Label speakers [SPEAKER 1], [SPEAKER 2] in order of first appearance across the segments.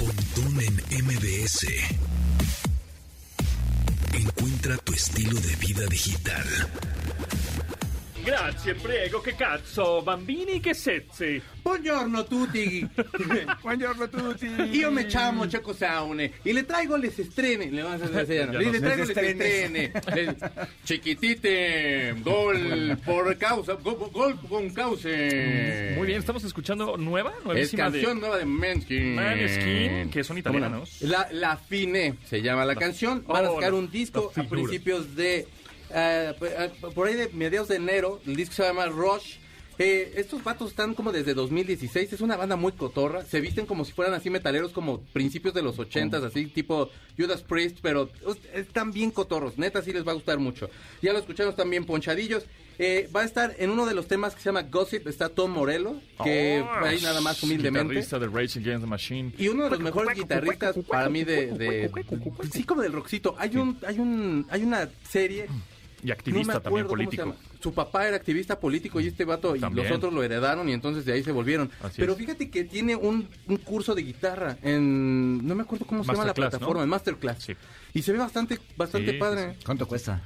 [SPEAKER 1] Volumen MBS. Encuentra tu estilo de vida digital.
[SPEAKER 2] Grazie, prego, che cazzo, bambini che sezzi.
[SPEAKER 3] Buongiorno a tutti.
[SPEAKER 4] Buongiorno a tutti.
[SPEAKER 3] Io me chamo Checo Saune y le traigo les estrenes. Le vamos a hacer,
[SPEAKER 2] Ya
[SPEAKER 3] le,
[SPEAKER 2] no sé.
[SPEAKER 3] traigo
[SPEAKER 4] Les
[SPEAKER 3] les estrenes. Les- Chiquitite, gol por causa, go- go- gol con cause.
[SPEAKER 2] Muy bien, estamos escuchando nueva,
[SPEAKER 3] Eh. Es
[SPEAKER 2] nuevísima de
[SPEAKER 3] canción nueva de Manskin.
[SPEAKER 2] Maneskin, que son italianos.
[SPEAKER 3] La, la Fine se llama la canción. Van a
[SPEAKER 2] Oh,
[SPEAKER 3] sacar
[SPEAKER 2] la-
[SPEAKER 3] un disco
[SPEAKER 2] la
[SPEAKER 3] a
[SPEAKER 2] finura.
[SPEAKER 3] principios de. eh, p- eh, por ahí de mediados de enero. El disco se llama Rush. Eh, estos vatos están como desde 2016. Es una banda muy cotorra. Se visten como si fueran así metaleros, como principios de los 80s,
[SPEAKER 2] Oh.
[SPEAKER 3] así tipo Judas Priest. Pero us- están bien cotorros. Neta, sí les va a gustar mucho. Ya lo escuchamos también ponchadillos. Eh, va a estar en uno de los temas que se llama Gossip. Está Tom Morello, que
[SPEAKER 2] Oh,
[SPEAKER 3] ahí nada más humildemente.
[SPEAKER 2] Guitarrista de Rage Against the Machine.
[SPEAKER 3] Y uno de los mejores guitarristas para mí de, de- sí como del rockcito. Hay un hay un hay una serie
[SPEAKER 2] Y
[SPEAKER 3] no me
[SPEAKER 2] activista también
[SPEAKER 3] acuerdo cómo se
[SPEAKER 2] político.
[SPEAKER 3] llama. Su papá era activista político y este vato y
[SPEAKER 2] También.
[SPEAKER 3] los otros lo heredaron y entonces de ahí se volvieron.
[SPEAKER 2] Así
[SPEAKER 3] Pero
[SPEAKER 2] es.
[SPEAKER 3] fíjate que tiene un, un curso de guitarra en no me acuerdo cómo se llama la
[SPEAKER 2] Masterclass, ¿no?
[SPEAKER 3] plataforma, en Masterclass.
[SPEAKER 2] Sí.
[SPEAKER 3] Y se ve bastante bastante
[SPEAKER 2] Sí, sí,
[SPEAKER 3] padre.
[SPEAKER 4] ¿Cuánto cuesta?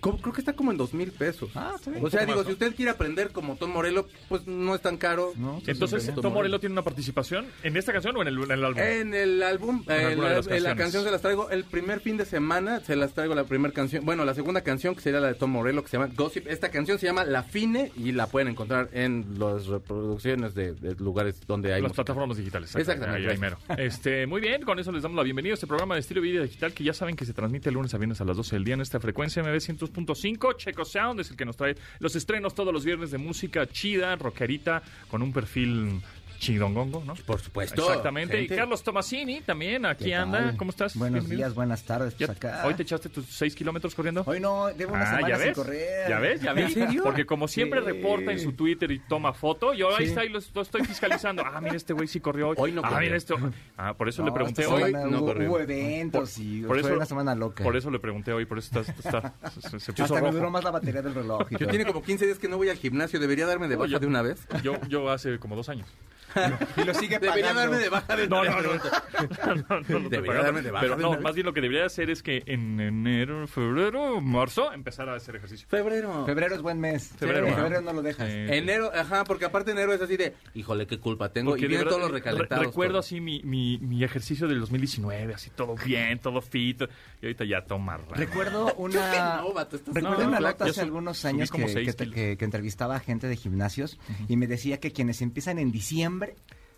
[SPEAKER 3] Como- creo que está como en dos mil pesos.
[SPEAKER 4] Ah, está bien.
[SPEAKER 3] O sea,
[SPEAKER 2] Un poco
[SPEAKER 3] digo,
[SPEAKER 2] más,
[SPEAKER 3] si
[SPEAKER 2] ¿no?
[SPEAKER 3] usted quiere aprender como Tom Morello, pues no es tan caro.
[SPEAKER 4] No,
[SPEAKER 2] Entonces, Tom Morello tiene una participación en esta canción o en el, en el álbum.
[SPEAKER 3] En el álbum,
[SPEAKER 2] En
[SPEAKER 3] eh,
[SPEAKER 2] alguna de
[SPEAKER 3] la,
[SPEAKER 2] las
[SPEAKER 3] eh, la
[SPEAKER 2] canciones.
[SPEAKER 3] canción se las traigo el primer fin de semana, se las traigo la primera canción, bueno, la segunda canción que sería la de Tom Morello que se llama Gossip. Esta canción se llama La Fine y la pueden encontrar en las reproducciones de, de lugares donde hay
[SPEAKER 2] las
[SPEAKER 3] música.
[SPEAKER 2] plataformas digitales.
[SPEAKER 3] Exactamente,
[SPEAKER 2] Ahí, ahí
[SPEAKER 3] gracias.
[SPEAKER 2] mero. Este, muy bien, con eso les damos la bienvenida a este programa de estilo de vida digital que ya saben que se transmite lunes a viernes a las 12 del día en esta frecuencia MB 100.5. Checo Sound es el que nos trae los estrenos todos los viernes de música chida, rockerita, con un perfil chidongongo, ¿no?
[SPEAKER 3] Por supuesto.
[SPEAKER 2] Exactamente.
[SPEAKER 3] gente.
[SPEAKER 2] Y Carlos Tomasini también, aquí
[SPEAKER 4] ¿Qué
[SPEAKER 2] anda.
[SPEAKER 4] tal?
[SPEAKER 2] ¿Cómo estás?
[SPEAKER 4] Buenos
[SPEAKER 2] Bienvenido.
[SPEAKER 4] días, buenas tardes.
[SPEAKER 2] Ya-
[SPEAKER 4] Pues acá.
[SPEAKER 2] ¿Hoy te echaste tus 6 kilómetros corriendo?
[SPEAKER 4] Hoy no, debo una semana
[SPEAKER 2] ya
[SPEAKER 4] sin
[SPEAKER 2] ves,
[SPEAKER 4] correr.
[SPEAKER 2] ya ves, ya ves. Porque como siempre
[SPEAKER 4] Sí.
[SPEAKER 2] reporta en su Twitter y toma foto, yo ahí está y lo lo estoy fiscalizando. Ah, mira, este güey sí corrió hoy.
[SPEAKER 3] Hoy no
[SPEAKER 2] ah,
[SPEAKER 3] corrió.
[SPEAKER 2] mira esto. Ah, por eso
[SPEAKER 4] No,
[SPEAKER 2] le pregunté
[SPEAKER 4] esta
[SPEAKER 2] hoy.
[SPEAKER 4] semana
[SPEAKER 3] no
[SPEAKER 4] hubo,
[SPEAKER 3] corrió.
[SPEAKER 4] hubo eventos y
[SPEAKER 2] por
[SPEAKER 4] fue
[SPEAKER 2] eso-
[SPEAKER 4] una semana loca.
[SPEAKER 2] Por eso le pregunté hoy, por eso está, está- se, se puso
[SPEAKER 4] Hasta me
[SPEAKER 2] rojo.
[SPEAKER 4] duró más la batería del reloj. y
[SPEAKER 3] Yo
[SPEAKER 4] todo.
[SPEAKER 3] tiene como 15 días que no voy al gimnasio, debería darme de baja
[SPEAKER 2] Oye.
[SPEAKER 3] de una vez.
[SPEAKER 2] Yo, yo hace como dos años.
[SPEAKER 4] Y lo sigue
[SPEAKER 3] Debería
[SPEAKER 4] pagando.
[SPEAKER 3] darme de baja de una
[SPEAKER 2] No,
[SPEAKER 3] vez.
[SPEAKER 2] no, no. No, no, no, no te
[SPEAKER 3] Debería
[SPEAKER 2] pagaron.
[SPEAKER 3] darme de baja
[SPEAKER 2] Pero
[SPEAKER 3] de
[SPEAKER 2] no,
[SPEAKER 3] una vez.
[SPEAKER 2] más bien lo que debería hacer es que en enero, febrero, marzo, empezar a hacer ejercicio.
[SPEAKER 3] Febrero.
[SPEAKER 4] Febrero es buen mes.
[SPEAKER 2] Febrero,
[SPEAKER 4] En
[SPEAKER 2] ¿no?
[SPEAKER 4] febrero no lo dejas.
[SPEAKER 2] Eh,
[SPEAKER 3] Enero, ajá, porque aparte enero es así de, híjole, qué culpa tengo.
[SPEAKER 2] Porque
[SPEAKER 3] y
[SPEAKER 2] de
[SPEAKER 3] vienen
[SPEAKER 2] verdad, eh,
[SPEAKER 3] todos los
[SPEAKER 2] re-
[SPEAKER 3] recalentados.
[SPEAKER 2] Recuerdo
[SPEAKER 3] todos.
[SPEAKER 2] así mi, mi, mi ejercicio del 2019, así todo bien, todo fit. Y ahorita ya toma raro.
[SPEAKER 4] Recuerdo una,
[SPEAKER 3] no, vato, estás-
[SPEAKER 4] recuerdo
[SPEAKER 2] No,
[SPEAKER 4] una
[SPEAKER 2] no,
[SPEAKER 4] nota
[SPEAKER 2] yo
[SPEAKER 4] hace
[SPEAKER 2] sub-
[SPEAKER 4] algunos
[SPEAKER 2] subí
[SPEAKER 4] años
[SPEAKER 2] como
[SPEAKER 4] que,
[SPEAKER 2] seis
[SPEAKER 4] que te-
[SPEAKER 2] kilos.
[SPEAKER 4] que- que entrevistaba a gente de gimnasios y me decía que quienes empiezan en diciembre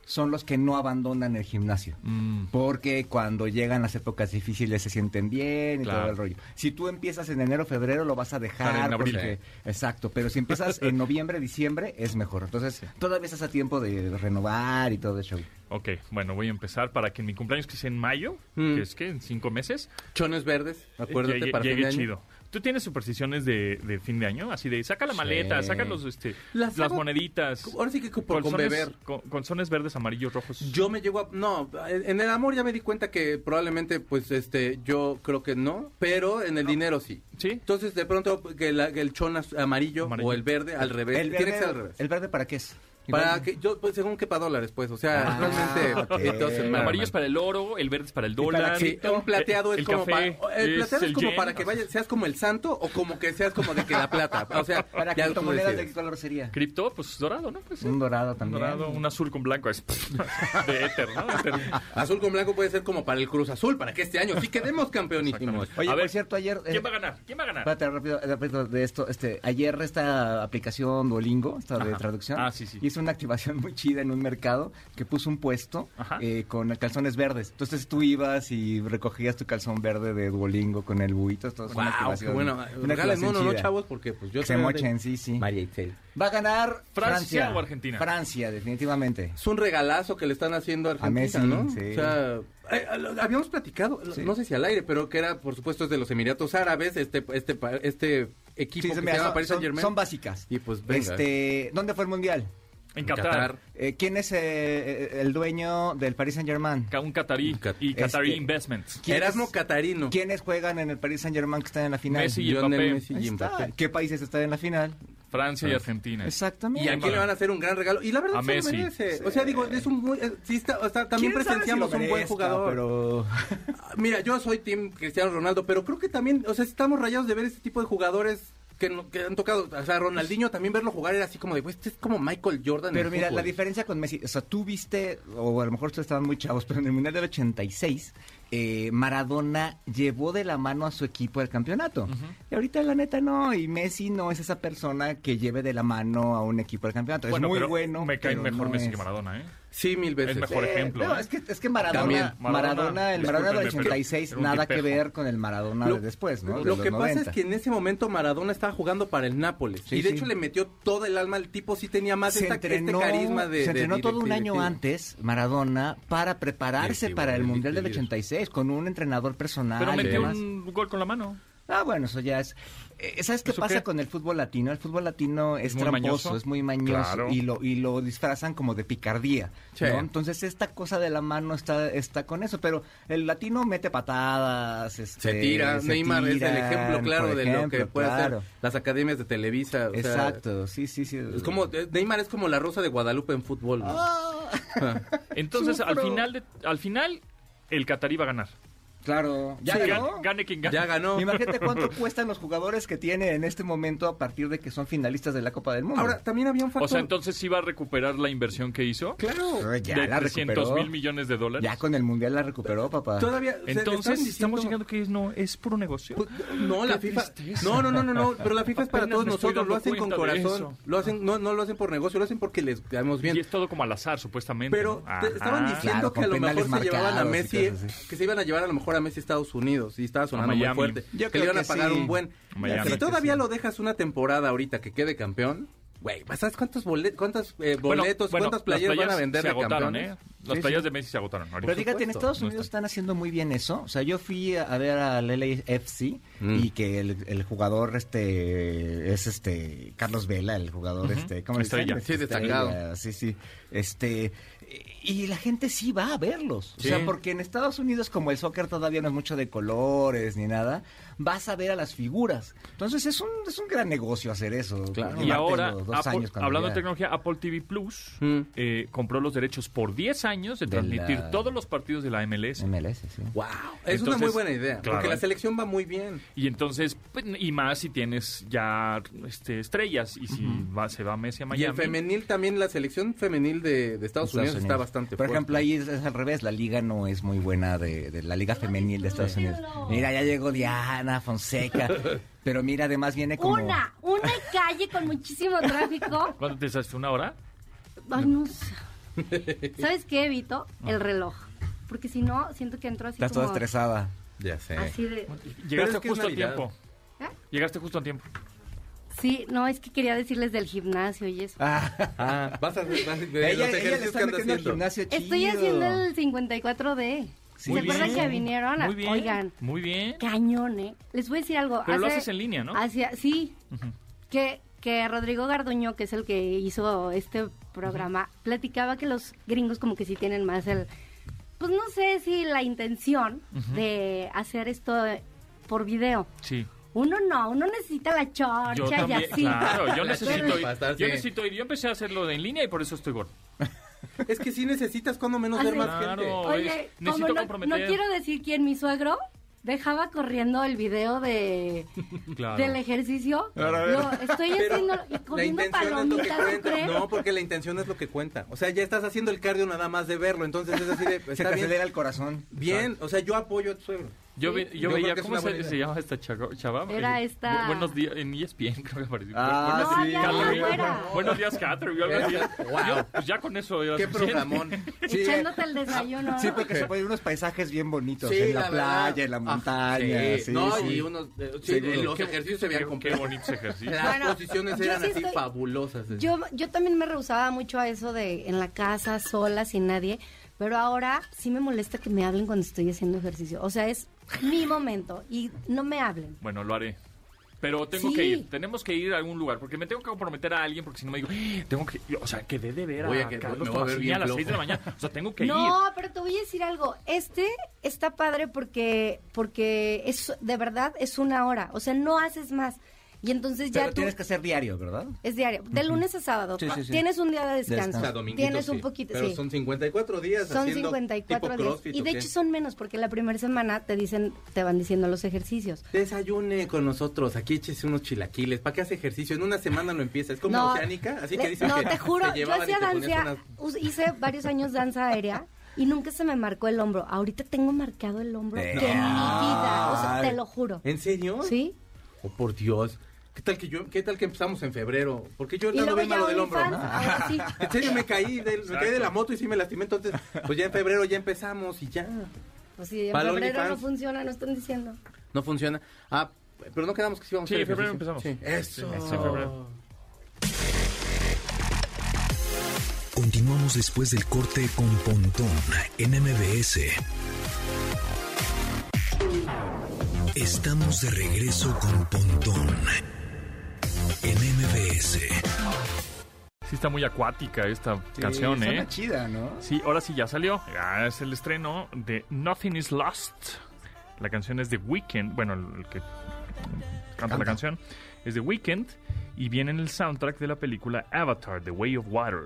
[SPEAKER 4] son los que no abandonan el gimnasio.
[SPEAKER 2] Mm.
[SPEAKER 4] Porque cuando llegan las épocas difíciles se sienten bien y
[SPEAKER 2] Claro.
[SPEAKER 4] todo el rollo. Si tú empiezas en enero, febrero, lo vas a
[SPEAKER 2] Claro,
[SPEAKER 4] dejar.
[SPEAKER 2] en abril.
[SPEAKER 4] porque- exacto, pero si empiezas en noviembre, diciembre, es mejor. Entonces, todavía estás a tiempo de renovar y todo eso.
[SPEAKER 2] Ok, bueno, voy a empezar para que en mi cumpleaños, que es en mayo,
[SPEAKER 3] Mm.
[SPEAKER 2] que es que en cinco meses,
[SPEAKER 3] Chones verdes, acuérdate
[SPEAKER 2] llegue,
[SPEAKER 3] para fin
[SPEAKER 2] llegue
[SPEAKER 3] de año.
[SPEAKER 2] chido. ¿Tú tienes supersticiones de, de fin de año? Así de, saca la maleta,
[SPEAKER 3] Sí.
[SPEAKER 2] saca los, este,
[SPEAKER 3] Las
[SPEAKER 2] las,
[SPEAKER 3] hago-
[SPEAKER 2] moneditas.
[SPEAKER 3] Ahora sí que por con
[SPEAKER 2] Colzones-
[SPEAKER 3] beber.
[SPEAKER 2] con- Colzones verdes, amarillos, rojos.
[SPEAKER 3] Yo me llego a... No, en el amor ya me di cuenta que probablemente, pues, este, yo creo que no, pero en el dinero sí.
[SPEAKER 2] ¿Sí?
[SPEAKER 3] Entonces, de pronto, que, la- que el chon az- amarillo,
[SPEAKER 2] Amarillo.
[SPEAKER 3] o el verde, al revés.
[SPEAKER 4] ¿El
[SPEAKER 3] Tiene que ser al
[SPEAKER 4] verde,
[SPEAKER 3] revés.
[SPEAKER 4] ¿El verde para qué es?
[SPEAKER 3] Para
[SPEAKER 4] Igual-
[SPEAKER 3] que, yo, pues, según que para dólares, pues, o sea,
[SPEAKER 4] Ah,
[SPEAKER 3] realmente...
[SPEAKER 4] ok.
[SPEAKER 3] it doesn't
[SPEAKER 2] El
[SPEAKER 3] matter,
[SPEAKER 2] amarillo es
[SPEAKER 3] man.
[SPEAKER 2] para el oro, el verde es para el
[SPEAKER 4] para
[SPEAKER 2] dólar.
[SPEAKER 3] Sí, un plateado
[SPEAKER 2] el-
[SPEAKER 3] es
[SPEAKER 2] el
[SPEAKER 3] como
[SPEAKER 2] café
[SPEAKER 3] para... El
[SPEAKER 2] es
[SPEAKER 3] plateado es,
[SPEAKER 2] el
[SPEAKER 3] como
[SPEAKER 2] yen.
[SPEAKER 3] para que vayas, seas como el santo o como que seas como de que la plata. O sea,
[SPEAKER 4] ¿Para
[SPEAKER 3] ya tú
[SPEAKER 4] criptomonedas de qué
[SPEAKER 3] decides.
[SPEAKER 4] color sería?
[SPEAKER 2] Cripto, pues dorado, ¿no? Pues, sí.
[SPEAKER 4] Un dorado
[SPEAKER 2] Un
[SPEAKER 4] también.
[SPEAKER 2] dorado, un azul con blanco es de éter, ¿no? Éter.
[SPEAKER 3] Azul con blanco puede ser como para el Cruz Azul, para que este año sí quedemos campeonísimos.
[SPEAKER 4] Oye,
[SPEAKER 2] A
[SPEAKER 4] por
[SPEAKER 2] ver,
[SPEAKER 4] cierto, ayer... eh,
[SPEAKER 2] ¿Quién va a ganar? ¿Quién va a ganar?
[SPEAKER 4] Espérate, rápido, eh, rápido de esto. Este, ayer esta aplicación Duolingo, esta de
[SPEAKER 2] Ajá.
[SPEAKER 4] traducción,
[SPEAKER 2] Ah, sí, sí.
[SPEAKER 4] hizo una activación muy chida en un mercado que puso un puesto
[SPEAKER 2] Ajá.
[SPEAKER 4] eh, con calzones verdes. Entonces tú ibas y recogías tu calzón verde de Duolingo con el buito. Esto es una
[SPEAKER 3] Wow, qué
[SPEAKER 4] activación.
[SPEAKER 3] bueno.
[SPEAKER 4] una
[SPEAKER 3] Regalen
[SPEAKER 4] activación
[SPEAKER 3] uno, ¿no,
[SPEAKER 4] chida.
[SPEAKER 3] chavos? Porque pues yo
[SPEAKER 4] Que se
[SPEAKER 3] soy de-
[SPEAKER 4] mochen, sí, sí.
[SPEAKER 3] María Itzel.
[SPEAKER 4] ¿Va a ganar
[SPEAKER 2] ¿Francia
[SPEAKER 4] Francia,
[SPEAKER 2] o Argentina?
[SPEAKER 4] Francia, definitivamente.
[SPEAKER 3] Es un regalazo que le están haciendo a Argentina,
[SPEAKER 4] Messi,
[SPEAKER 3] ¿no?
[SPEAKER 4] sí.
[SPEAKER 3] O sea, eh, lo- habíamos platicado, lo- no sé si al aire, pero que era, por supuesto, es de los Emiratos Árabes, este, este, pa- este equipo
[SPEAKER 4] Sí,
[SPEAKER 3] que se
[SPEAKER 4] mira,
[SPEAKER 3] llama
[SPEAKER 4] son,
[SPEAKER 3] Paris Saint
[SPEAKER 4] son,
[SPEAKER 3] Germain.
[SPEAKER 4] son básicas.
[SPEAKER 3] Y pues venga.
[SPEAKER 4] Este, ¿Dónde fue el mundial?
[SPEAKER 2] En
[SPEAKER 3] Qatar.
[SPEAKER 2] Qatar.
[SPEAKER 4] Eh, ¿Quién es eh, el dueño del Paris Saint Germain?
[SPEAKER 2] Ca- Un catarí
[SPEAKER 3] Un cat-
[SPEAKER 2] y catarí
[SPEAKER 4] Este-
[SPEAKER 2] Investments.
[SPEAKER 4] ¿Quién
[SPEAKER 3] Erasmo
[SPEAKER 4] es-
[SPEAKER 3] Catarino.
[SPEAKER 4] ¿Quiénes juegan en el Paris Saint Germain que están en la final?
[SPEAKER 2] Messi y
[SPEAKER 3] Lionel
[SPEAKER 2] Mbappé.
[SPEAKER 3] Messi
[SPEAKER 4] Ahí
[SPEAKER 3] y
[SPEAKER 4] está.
[SPEAKER 3] Mbappé.
[SPEAKER 4] ¿Qué países están en la final?
[SPEAKER 2] Francia y Argentina.
[SPEAKER 4] Exactamente.
[SPEAKER 3] Y aquí le van a hacer un gran regalo. Y la verdad
[SPEAKER 2] A
[SPEAKER 3] se
[SPEAKER 2] Messi.
[SPEAKER 3] lo merece. O sea, digo, es un muy, eh, sí está- o sea, también
[SPEAKER 4] ¿Quién sabe si
[SPEAKER 3] presenciamos
[SPEAKER 4] lo
[SPEAKER 3] un buen
[SPEAKER 4] merezca,
[SPEAKER 3] jugador.
[SPEAKER 4] Pero
[SPEAKER 3] Ah, Mira, yo soy Team Cristiano Ronaldo, pero creo que también, o sea, estamos rayados de ver este tipo de jugadores que, no- que han tocado. O sea, Ronaldinho también verlo jugar era así como de, güey, este es como Michael Jordan.
[SPEAKER 4] Pero mira, la
[SPEAKER 3] diferencia.
[SPEAKER 4] diferencia con Messi, o sea, tú viste, o a lo mejor ustedes estaban muy chavos, pero en el Mundial del 86, eh, Maradona llevó de la mano a su equipo al campeonato. Y ahorita la neta no, y Messi no es esa persona que lleve de la mano a un equipo al campeonato.
[SPEAKER 2] Bueno,
[SPEAKER 4] es muy
[SPEAKER 2] pero
[SPEAKER 4] bueno.
[SPEAKER 2] Me cae
[SPEAKER 4] pero
[SPEAKER 2] mejor
[SPEAKER 4] no
[SPEAKER 2] Messi
[SPEAKER 4] es-
[SPEAKER 2] que Maradona, ¿eh?
[SPEAKER 3] Sí, mil veces.
[SPEAKER 2] Es mejor
[SPEAKER 3] Eh,
[SPEAKER 2] ejemplo.
[SPEAKER 4] No,
[SPEAKER 2] ¿eh?
[SPEAKER 4] es que, es que Maradona,
[SPEAKER 3] También,
[SPEAKER 4] Maradona,
[SPEAKER 2] Maradona,
[SPEAKER 4] el Maradona del
[SPEAKER 2] discúlpenme, pero
[SPEAKER 4] 86,
[SPEAKER 2] era un
[SPEAKER 4] nada que
[SPEAKER 2] tipejo.
[SPEAKER 4] ver con el Maradona
[SPEAKER 3] Lo-
[SPEAKER 4] de después, ¿no? De
[SPEAKER 3] Lo
[SPEAKER 4] los
[SPEAKER 3] que pasa
[SPEAKER 4] 90.
[SPEAKER 3] es que en ese momento Maradona estaba jugando para el Nápoles.
[SPEAKER 4] Sí,
[SPEAKER 3] y de
[SPEAKER 4] sí.
[SPEAKER 3] hecho le metió todo el alma. El tipo sí tenía más esta- este carisma de.
[SPEAKER 4] se
[SPEAKER 3] de
[SPEAKER 4] entrenó todo un
[SPEAKER 3] directivo.
[SPEAKER 4] año antes Maradona para prepararse
[SPEAKER 5] Directivo,
[SPEAKER 4] para el
[SPEAKER 5] directivo,
[SPEAKER 4] Mundial del
[SPEAKER 5] líder.
[SPEAKER 4] 86 con un entrenador personal.
[SPEAKER 2] Pero
[SPEAKER 4] y
[SPEAKER 2] metió
[SPEAKER 4] demás.
[SPEAKER 2] un gol con la mano.
[SPEAKER 4] Ah, bueno, eso ya es. eh, ¿Sabes qué
[SPEAKER 2] ¿Eso
[SPEAKER 4] pasa
[SPEAKER 2] qué?
[SPEAKER 4] con el fútbol latino? El fútbol latino es,
[SPEAKER 2] ¿Es muy
[SPEAKER 4] tramposo,
[SPEAKER 2] mañoso?
[SPEAKER 4] es muy mañoso
[SPEAKER 2] Claro.
[SPEAKER 4] y lo y lo disfrazan como de picardía.
[SPEAKER 3] Sí.
[SPEAKER 4] ¿no? Entonces esta cosa de la mano está está con eso, pero el latino mete patadas, este,
[SPEAKER 3] Se tira. Neymar es el ejemplo
[SPEAKER 4] tiran,
[SPEAKER 3] claro
[SPEAKER 4] por
[SPEAKER 3] de lo que
[SPEAKER 4] ejemplo,
[SPEAKER 3] puede
[SPEAKER 4] claro.
[SPEAKER 3] hacer las academias de Televisa. o sea,
[SPEAKER 4] Exacto, sí, sí, sí.
[SPEAKER 3] es como, eh, Neymar es como la rosa de Guadalupe en fútbol. güey.
[SPEAKER 4] Ah,
[SPEAKER 2] Entonces, al final, de- al final, el Qatarí va a ganar.
[SPEAKER 4] Claro, ya
[SPEAKER 2] Sí,
[SPEAKER 4] ganó.
[SPEAKER 2] gan- Gane quien gane.
[SPEAKER 3] Ya ganó.
[SPEAKER 4] Imagínate cuánto cuestan los jugadores que tiene en este momento a partir de que son finalistas de la Copa del Mundo.
[SPEAKER 3] Ahora, también había un factor.
[SPEAKER 2] O sea, entonces sí va a recuperar la inversión que hizo.
[SPEAKER 4] Pero ya
[SPEAKER 2] de
[SPEAKER 4] la
[SPEAKER 2] 300
[SPEAKER 4] recuperó.
[SPEAKER 2] mil millones de dólares.
[SPEAKER 4] Ya con el Mundial la recuperó, papá.
[SPEAKER 3] Todavía. o sea, le estaban
[SPEAKER 2] Entonces,
[SPEAKER 3] diciendo-
[SPEAKER 2] estamos llegando que es, no, es puro negocio.
[SPEAKER 3] Pues, No, la
[SPEAKER 2] Qué
[SPEAKER 3] FIFA.
[SPEAKER 2] tristeza.
[SPEAKER 3] No, no, no, no, no, pero la FIFA es para
[SPEAKER 2] Apenas
[SPEAKER 3] todos
[SPEAKER 2] me estoy
[SPEAKER 3] nosotros,
[SPEAKER 2] dando
[SPEAKER 3] lo hacen con
[SPEAKER 2] cuenta de
[SPEAKER 3] corazón,
[SPEAKER 2] eso.
[SPEAKER 3] lo hacen no no lo hacen por negocio, lo hacen porque les quedamos
[SPEAKER 2] y
[SPEAKER 3] bien.
[SPEAKER 2] es todo como al azar, supuestamente. ¿no?
[SPEAKER 3] Pero te-
[SPEAKER 2] Ajá.
[SPEAKER 3] estaban diciendo
[SPEAKER 4] Claro,
[SPEAKER 3] que a
[SPEAKER 4] con
[SPEAKER 3] lo mejor se
[SPEAKER 4] penales
[SPEAKER 3] llevaban a
[SPEAKER 4] marcados y
[SPEAKER 3] Messi,
[SPEAKER 4] cosas así.
[SPEAKER 3] que se iban a llevar a lo mejor a Messi a Estados Unidos y estaba sonando muy
[SPEAKER 2] Miami.
[SPEAKER 3] fuerte,
[SPEAKER 4] Yo
[SPEAKER 3] que le
[SPEAKER 4] creo
[SPEAKER 3] iban a
[SPEAKER 4] que
[SPEAKER 3] pagar
[SPEAKER 4] sí.
[SPEAKER 3] un buen.
[SPEAKER 2] A Miami.
[SPEAKER 3] Si todavía lo dejas una temporada ahorita que quede campeón, güey, ¿sabes cuántos boletos, cuántos eh,
[SPEAKER 2] Bueno,
[SPEAKER 3] boletos,
[SPEAKER 2] bueno,
[SPEAKER 3] cuántas
[SPEAKER 2] las
[SPEAKER 3] playeras van a vender
[SPEAKER 2] se
[SPEAKER 3] de
[SPEAKER 2] agotaron,
[SPEAKER 3] campeones?
[SPEAKER 2] ¿eh? Las
[SPEAKER 4] Sí,
[SPEAKER 2] playas
[SPEAKER 4] sí.
[SPEAKER 2] de Messi se agotaron. ahorita.
[SPEAKER 4] Pero fíjate, en
[SPEAKER 3] supuesto,
[SPEAKER 4] Estados
[SPEAKER 2] no
[SPEAKER 4] Unidos
[SPEAKER 2] está.
[SPEAKER 4] están haciendo muy bien eso. O sea, yo fui a ver al LAFC
[SPEAKER 2] Mm.
[SPEAKER 4] y que el, el jugador este es este Carlos Vela, el jugador
[SPEAKER 2] Ujú.
[SPEAKER 4] este, ¿cómo le dicen?
[SPEAKER 2] Estrella.
[SPEAKER 4] Este,
[SPEAKER 3] Sí, destacado.
[SPEAKER 4] estrella, sí, sí. Este y la gente sí va a verlos.
[SPEAKER 3] Sí.
[SPEAKER 4] O sea, porque en Estados Unidos como el soccer todavía no es mucho de colores ni nada, vas a ver a las figuras. Entonces es un es un gran negocio hacer eso.
[SPEAKER 3] Claro.
[SPEAKER 4] Llevarte
[SPEAKER 2] Y ahora,
[SPEAKER 4] los dos
[SPEAKER 2] Apple-
[SPEAKER 4] años cuando
[SPEAKER 2] hablando de
[SPEAKER 4] ya-
[SPEAKER 2] tecnología, Apple TV Plus
[SPEAKER 3] Mm.
[SPEAKER 2] eh, compró los derechos por 10 años de
[SPEAKER 4] De
[SPEAKER 2] transmitir
[SPEAKER 4] la-
[SPEAKER 2] todos los partidos de la MLS.
[SPEAKER 4] MLS, sí.
[SPEAKER 3] Wow, es una
[SPEAKER 2] Entonces,
[SPEAKER 3] muy buena idea,
[SPEAKER 2] claro.
[SPEAKER 3] porque la selección va muy bien.
[SPEAKER 2] Y entonces, pues, y más si tienes ya este, estrellas y si va, se va Messi a
[SPEAKER 3] Y el
[SPEAKER 2] Miami.
[SPEAKER 3] femenil también, la selección femenil de, de Estados, Unidos, está bastante
[SPEAKER 4] Por
[SPEAKER 3] fuerte.
[SPEAKER 4] ejemplo, ahí es, es al revés, la liga no es muy buena de, de la liga femenil de Estados Unidos. Mira, ya llegó Diana Fonseca, pero mira, además viene como...
[SPEAKER 6] Una, una calle con muchísimo tráfico.
[SPEAKER 2] ¿Cuánto te usaste? ¿Una hora?
[SPEAKER 6] Ay, no sé. ¿Sabes qué evito? El reloj. Porque si no, siento que entro así
[SPEAKER 4] Estás toda eh.
[SPEAKER 6] como...
[SPEAKER 4] estresada.
[SPEAKER 3] Ya sé.
[SPEAKER 6] Así de...
[SPEAKER 2] Llegaste
[SPEAKER 3] es que
[SPEAKER 2] justo
[SPEAKER 3] es
[SPEAKER 2] a
[SPEAKER 3] Navidad.
[SPEAKER 2] tiempo.
[SPEAKER 6] ¿Eh?
[SPEAKER 2] Llegaste justo a tiempo.
[SPEAKER 6] Sí, no, es que quería decirles del gimnasio y eso.
[SPEAKER 3] Ah, vas a vas a-
[SPEAKER 4] Ella,
[SPEAKER 3] los
[SPEAKER 4] ella
[SPEAKER 3] ejercicios
[SPEAKER 4] le
[SPEAKER 3] que
[SPEAKER 4] está
[SPEAKER 3] anda
[SPEAKER 4] metiendo al
[SPEAKER 3] haciendo.
[SPEAKER 4] gimnasio chido.
[SPEAKER 6] Estoy haciendo el 54D.
[SPEAKER 4] Sí.
[SPEAKER 6] ¿Se
[SPEAKER 4] Muy
[SPEAKER 6] acuerdan
[SPEAKER 4] bien.
[SPEAKER 6] que vinieron? a-
[SPEAKER 2] Muy bien.
[SPEAKER 6] Oigan,
[SPEAKER 2] Muy bien.
[SPEAKER 6] cañón, ¿eh? Les voy a decir algo.
[SPEAKER 2] Pero lo haces en línea, ¿no?
[SPEAKER 6] hacia- sí, que, que Rodrigo Garduño, que es el que hizo este programa, platicaba que los gringos como que sí tienen más el... Pues no sé si la intención de hacer esto por video.
[SPEAKER 2] Sí.
[SPEAKER 6] Uno no, uno necesita la chorcha
[SPEAKER 2] Yo
[SPEAKER 6] y
[SPEAKER 2] también,
[SPEAKER 6] así.
[SPEAKER 2] claro, yo
[SPEAKER 3] La
[SPEAKER 2] necesito,
[SPEAKER 3] chorcha
[SPEAKER 2] ir,
[SPEAKER 3] para estar,
[SPEAKER 2] yo
[SPEAKER 3] sí.
[SPEAKER 2] necesito ir. Yo empecé a hacerlo en línea y por eso estoy gordo.
[SPEAKER 3] Es que sí necesitas cuando menos
[SPEAKER 6] Así.
[SPEAKER 3] ver más
[SPEAKER 2] Claro.
[SPEAKER 3] gente.
[SPEAKER 6] Oye,
[SPEAKER 2] necesito
[SPEAKER 6] como no,
[SPEAKER 2] comprometer.
[SPEAKER 6] no quiero decir quién, mi suegro dejaba corriendo el video de
[SPEAKER 2] Claro.
[SPEAKER 6] del ejercicio. Lo estoy
[SPEAKER 3] Pero
[SPEAKER 6] haciendo y
[SPEAKER 3] la
[SPEAKER 6] comiendo
[SPEAKER 3] intención es lo que
[SPEAKER 6] palomitas, ¿no
[SPEAKER 3] cuenta.
[SPEAKER 6] crees?
[SPEAKER 3] No, porque la intención es lo que cuenta. O sea, ya estás haciendo el cardio nada más de verlo. Entonces es así de.
[SPEAKER 4] Se te
[SPEAKER 3] Está
[SPEAKER 4] acelera
[SPEAKER 3] bien.
[SPEAKER 4] el corazón.
[SPEAKER 3] Bien, o sea, yo apoyo a tu suegro.
[SPEAKER 2] Yo, ve-
[SPEAKER 3] Sí,
[SPEAKER 2] yo
[SPEAKER 3] yo
[SPEAKER 2] veía,
[SPEAKER 3] creo que es
[SPEAKER 2] ¿cómo
[SPEAKER 3] una
[SPEAKER 2] se,
[SPEAKER 3] buena idea.
[SPEAKER 2] se llamaba esta chava? chava?
[SPEAKER 6] Era
[SPEAKER 2] Eh,
[SPEAKER 6] esta-
[SPEAKER 2] Bu- buenos días, en E ESPN creo que apareció.
[SPEAKER 4] Ah,
[SPEAKER 2] Bu-
[SPEAKER 6] No,
[SPEAKER 2] buenos,
[SPEAKER 6] había
[SPEAKER 2] días,
[SPEAKER 6] una
[SPEAKER 2] Catherine.
[SPEAKER 6] güera.
[SPEAKER 2] buenos días, Catherine. o algo así.
[SPEAKER 3] Wow.
[SPEAKER 2] Yo, pues ya con eso era
[SPEAKER 3] Qué
[SPEAKER 2] suficiente.
[SPEAKER 3] programón.
[SPEAKER 4] Sí.
[SPEAKER 6] Echándote el desayuno.
[SPEAKER 4] Sí, pues.
[SPEAKER 6] ¿no?
[SPEAKER 4] porque se ponen unos paisajes bien bonitos
[SPEAKER 3] Sí,
[SPEAKER 4] en la,
[SPEAKER 3] verdad.
[SPEAKER 4] playa, en la
[SPEAKER 3] Ah,
[SPEAKER 4] montaña.
[SPEAKER 3] sí.
[SPEAKER 4] sí,
[SPEAKER 3] no,
[SPEAKER 4] sí.
[SPEAKER 3] y unos. eh, sí,
[SPEAKER 4] Seguro.
[SPEAKER 3] eh, los
[SPEAKER 2] Qué-
[SPEAKER 3] ejercicios se veían
[SPEAKER 2] qué- Qué
[SPEAKER 3] completos.
[SPEAKER 2] bonitos ejercicios.
[SPEAKER 3] Las
[SPEAKER 6] Bueno,
[SPEAKER 3] posiciones
[SPEAKER 6] yo
[SPEAKER 3] eran
[SPEAKER 6] sí
[SPEAKER 3] así
[SPEAKER 6] estoy-
[SPEAKER 3] fabulosas.
[SPEAKER 7] Yo, yo también me rehusaba mucho a eso de en la casa, sola, sin nadie. Pero ahora sí me molesta que me hablen cuando estoy haciendo ejercicio. O sea, es mi momento y no me hablen.
[SPEAKER 2] Bueno, lo haré. Pero tengo
[SPEAKER 7] Sí.
[SPEAKER 2] que ir, tenemos que ir a algún lugar, porque me tengo que comprometer a alguien, porque si no me digo, "Eh, tengo que, o sea, quedé de ver a,
[SPEAKER 3] Voy a que-
[SPEAKER 2] Carlos
[SPEAKER 3] me voy a ver
[SPEAKER 2] Tomasini
[SPEAKER 3] bien
[SPEAKER 2] a las
[SPEAKER 3] flojo.
[SPEAKER 2] 6 de la mañana, o sea, tengo que ir.
[SPEAKER 7] No, pero te voy a decir algo. Este está padre porque, porque es de verdad es una hora. O sea, no haces más. Y entonces
[SPEAKER 4] Pero
[SPEAKER 7] ya tú...
[SPEAKER 4] tienes que hacer diario, ¿verdad?
[SPEAKER 7] Es diario, de lunes a sábado.
[SPEAKER 4] Sí, sí, sí.
[SPEAKER 7] Tienes un día de descanso.
[SPEAKER 4] descanso.
[SPEAKER 3] O sea, dominguitos,
[SPEAKER 7] Tienes un
[SPEAKER 3] sí.
[SPEAKER 7] poquito,
[SPEAKER 3] Pero
[SPEAKER 7] sí.
[SPEAKER 3] son 54 días
[SPEAKER 7] Son
[SPEAKER 3] haciendo
[SPEAKER 7] 54
[SPEAKER 3] tipo
[SPEAKER 7] días.
[SPEAKER 3] crossfit,
[SPEAKER 7] Y
[SPEAKER 3] ¿o
[SPEAKER 7] de
[SPEAKER 3] qué?
[SPEAKER 7] hecho son menos, porque la primera semana te dicen, te van diciendo los ejercicios.
[SPEAKER 3] Desayune con nosotros, aquí échese unos chilaquiles. ¿Para qué hace ejercicio? En una semana lo empieza. Es como
[SPEAKER 7] No,
[SPEAKER 3] oceánica, así
[SPEAKER 7] de-
[SPEAKER 3] que dicen
[SPEAKER 7] No,
[SPEAKER 3] que
[SPEAKER 7] te juro,
[SPEAKER 3] te
[SPEAKER 7] yo
[SPEAKER 3] llevaban y
[SPEAKER 7] hacía
[SPEAKER 3] te ponías
[SPEAKER 7] danza,
[SPEAKER 3] unas-
[SPEAKER 7] us- hice varios años danza aérea y nunca se me marcó el hombro. Ahorita tengo marcado el hombro
[SPEAKER 4] Eh,
[SPEAKER 7] que mi vida, o sea, te lo juro.
[SPEAKER 3] ¿En serio?
[SPEAKER 7] ¿Sí?
[SPEAKER 3] Oh, por Dios. ¿Qué tal que yo, qué tal que empezamos en febrero? Porque yo
[SPEAKER 7] Y
[SPEAKER 3] ahorita ando
[SPEAKER 7] luego
[SPEAKER 3] bien
[SPEAKER 7] ya
[SPEAKER 3] malo del hombro.
[SPEAKER 7] OnlyFans, ahora sí.
[SPEAKER 3] En serio, me caí, del, me caí de la moto y sí me lastimé. Entonces, pues ya en febrero ya empezamos y ya.
[SPEAKER 7] Pues si en
[SPEAKER 3] Para el
[SPEAKER 7] febrero no
[SPEAKER 3] OnlyFans.
[SPEAKER 7] funciona, no están diciendo.
[SPEAKER 3] No funciona. Ah, pero no quedamos que sí vamos
[SPEAKER 2] Sí,
[SPEAKER 3] a
[SPEAKER 2] en
[SPEAKER 3] hacer
[SPEAKER 2] febrero
[SPEAKER 3] ejercicio.
[SPEAKER 2] empezamos.
[SPEAKER 3] Sí,
[SPEAKER 2] Sí,
[SPEAKER 3] eso.
[SPEAKER 2] sí, en febrero.
[SPEAKER 1] Continuamos después del corte con Pontón en MBS. Estamos de regreso con Pontón en MBS.
[SPEAKER 2] Sí, está muy acuática esta canción,
[SPEAKER 4] Sí,
[SPEAKER 2] ¿eh?
[SPEAKER 4] Suena chida, ¿no?
[SPEAKER 2] Sí, ahora sí ya salió. Ya es el estreno de Nothing is Lost. La canción es de Weekend. Bueno, el, el que canta, la canción es de Weekend. Y viene en el soundtrack de la película Avatar, The Way of Water.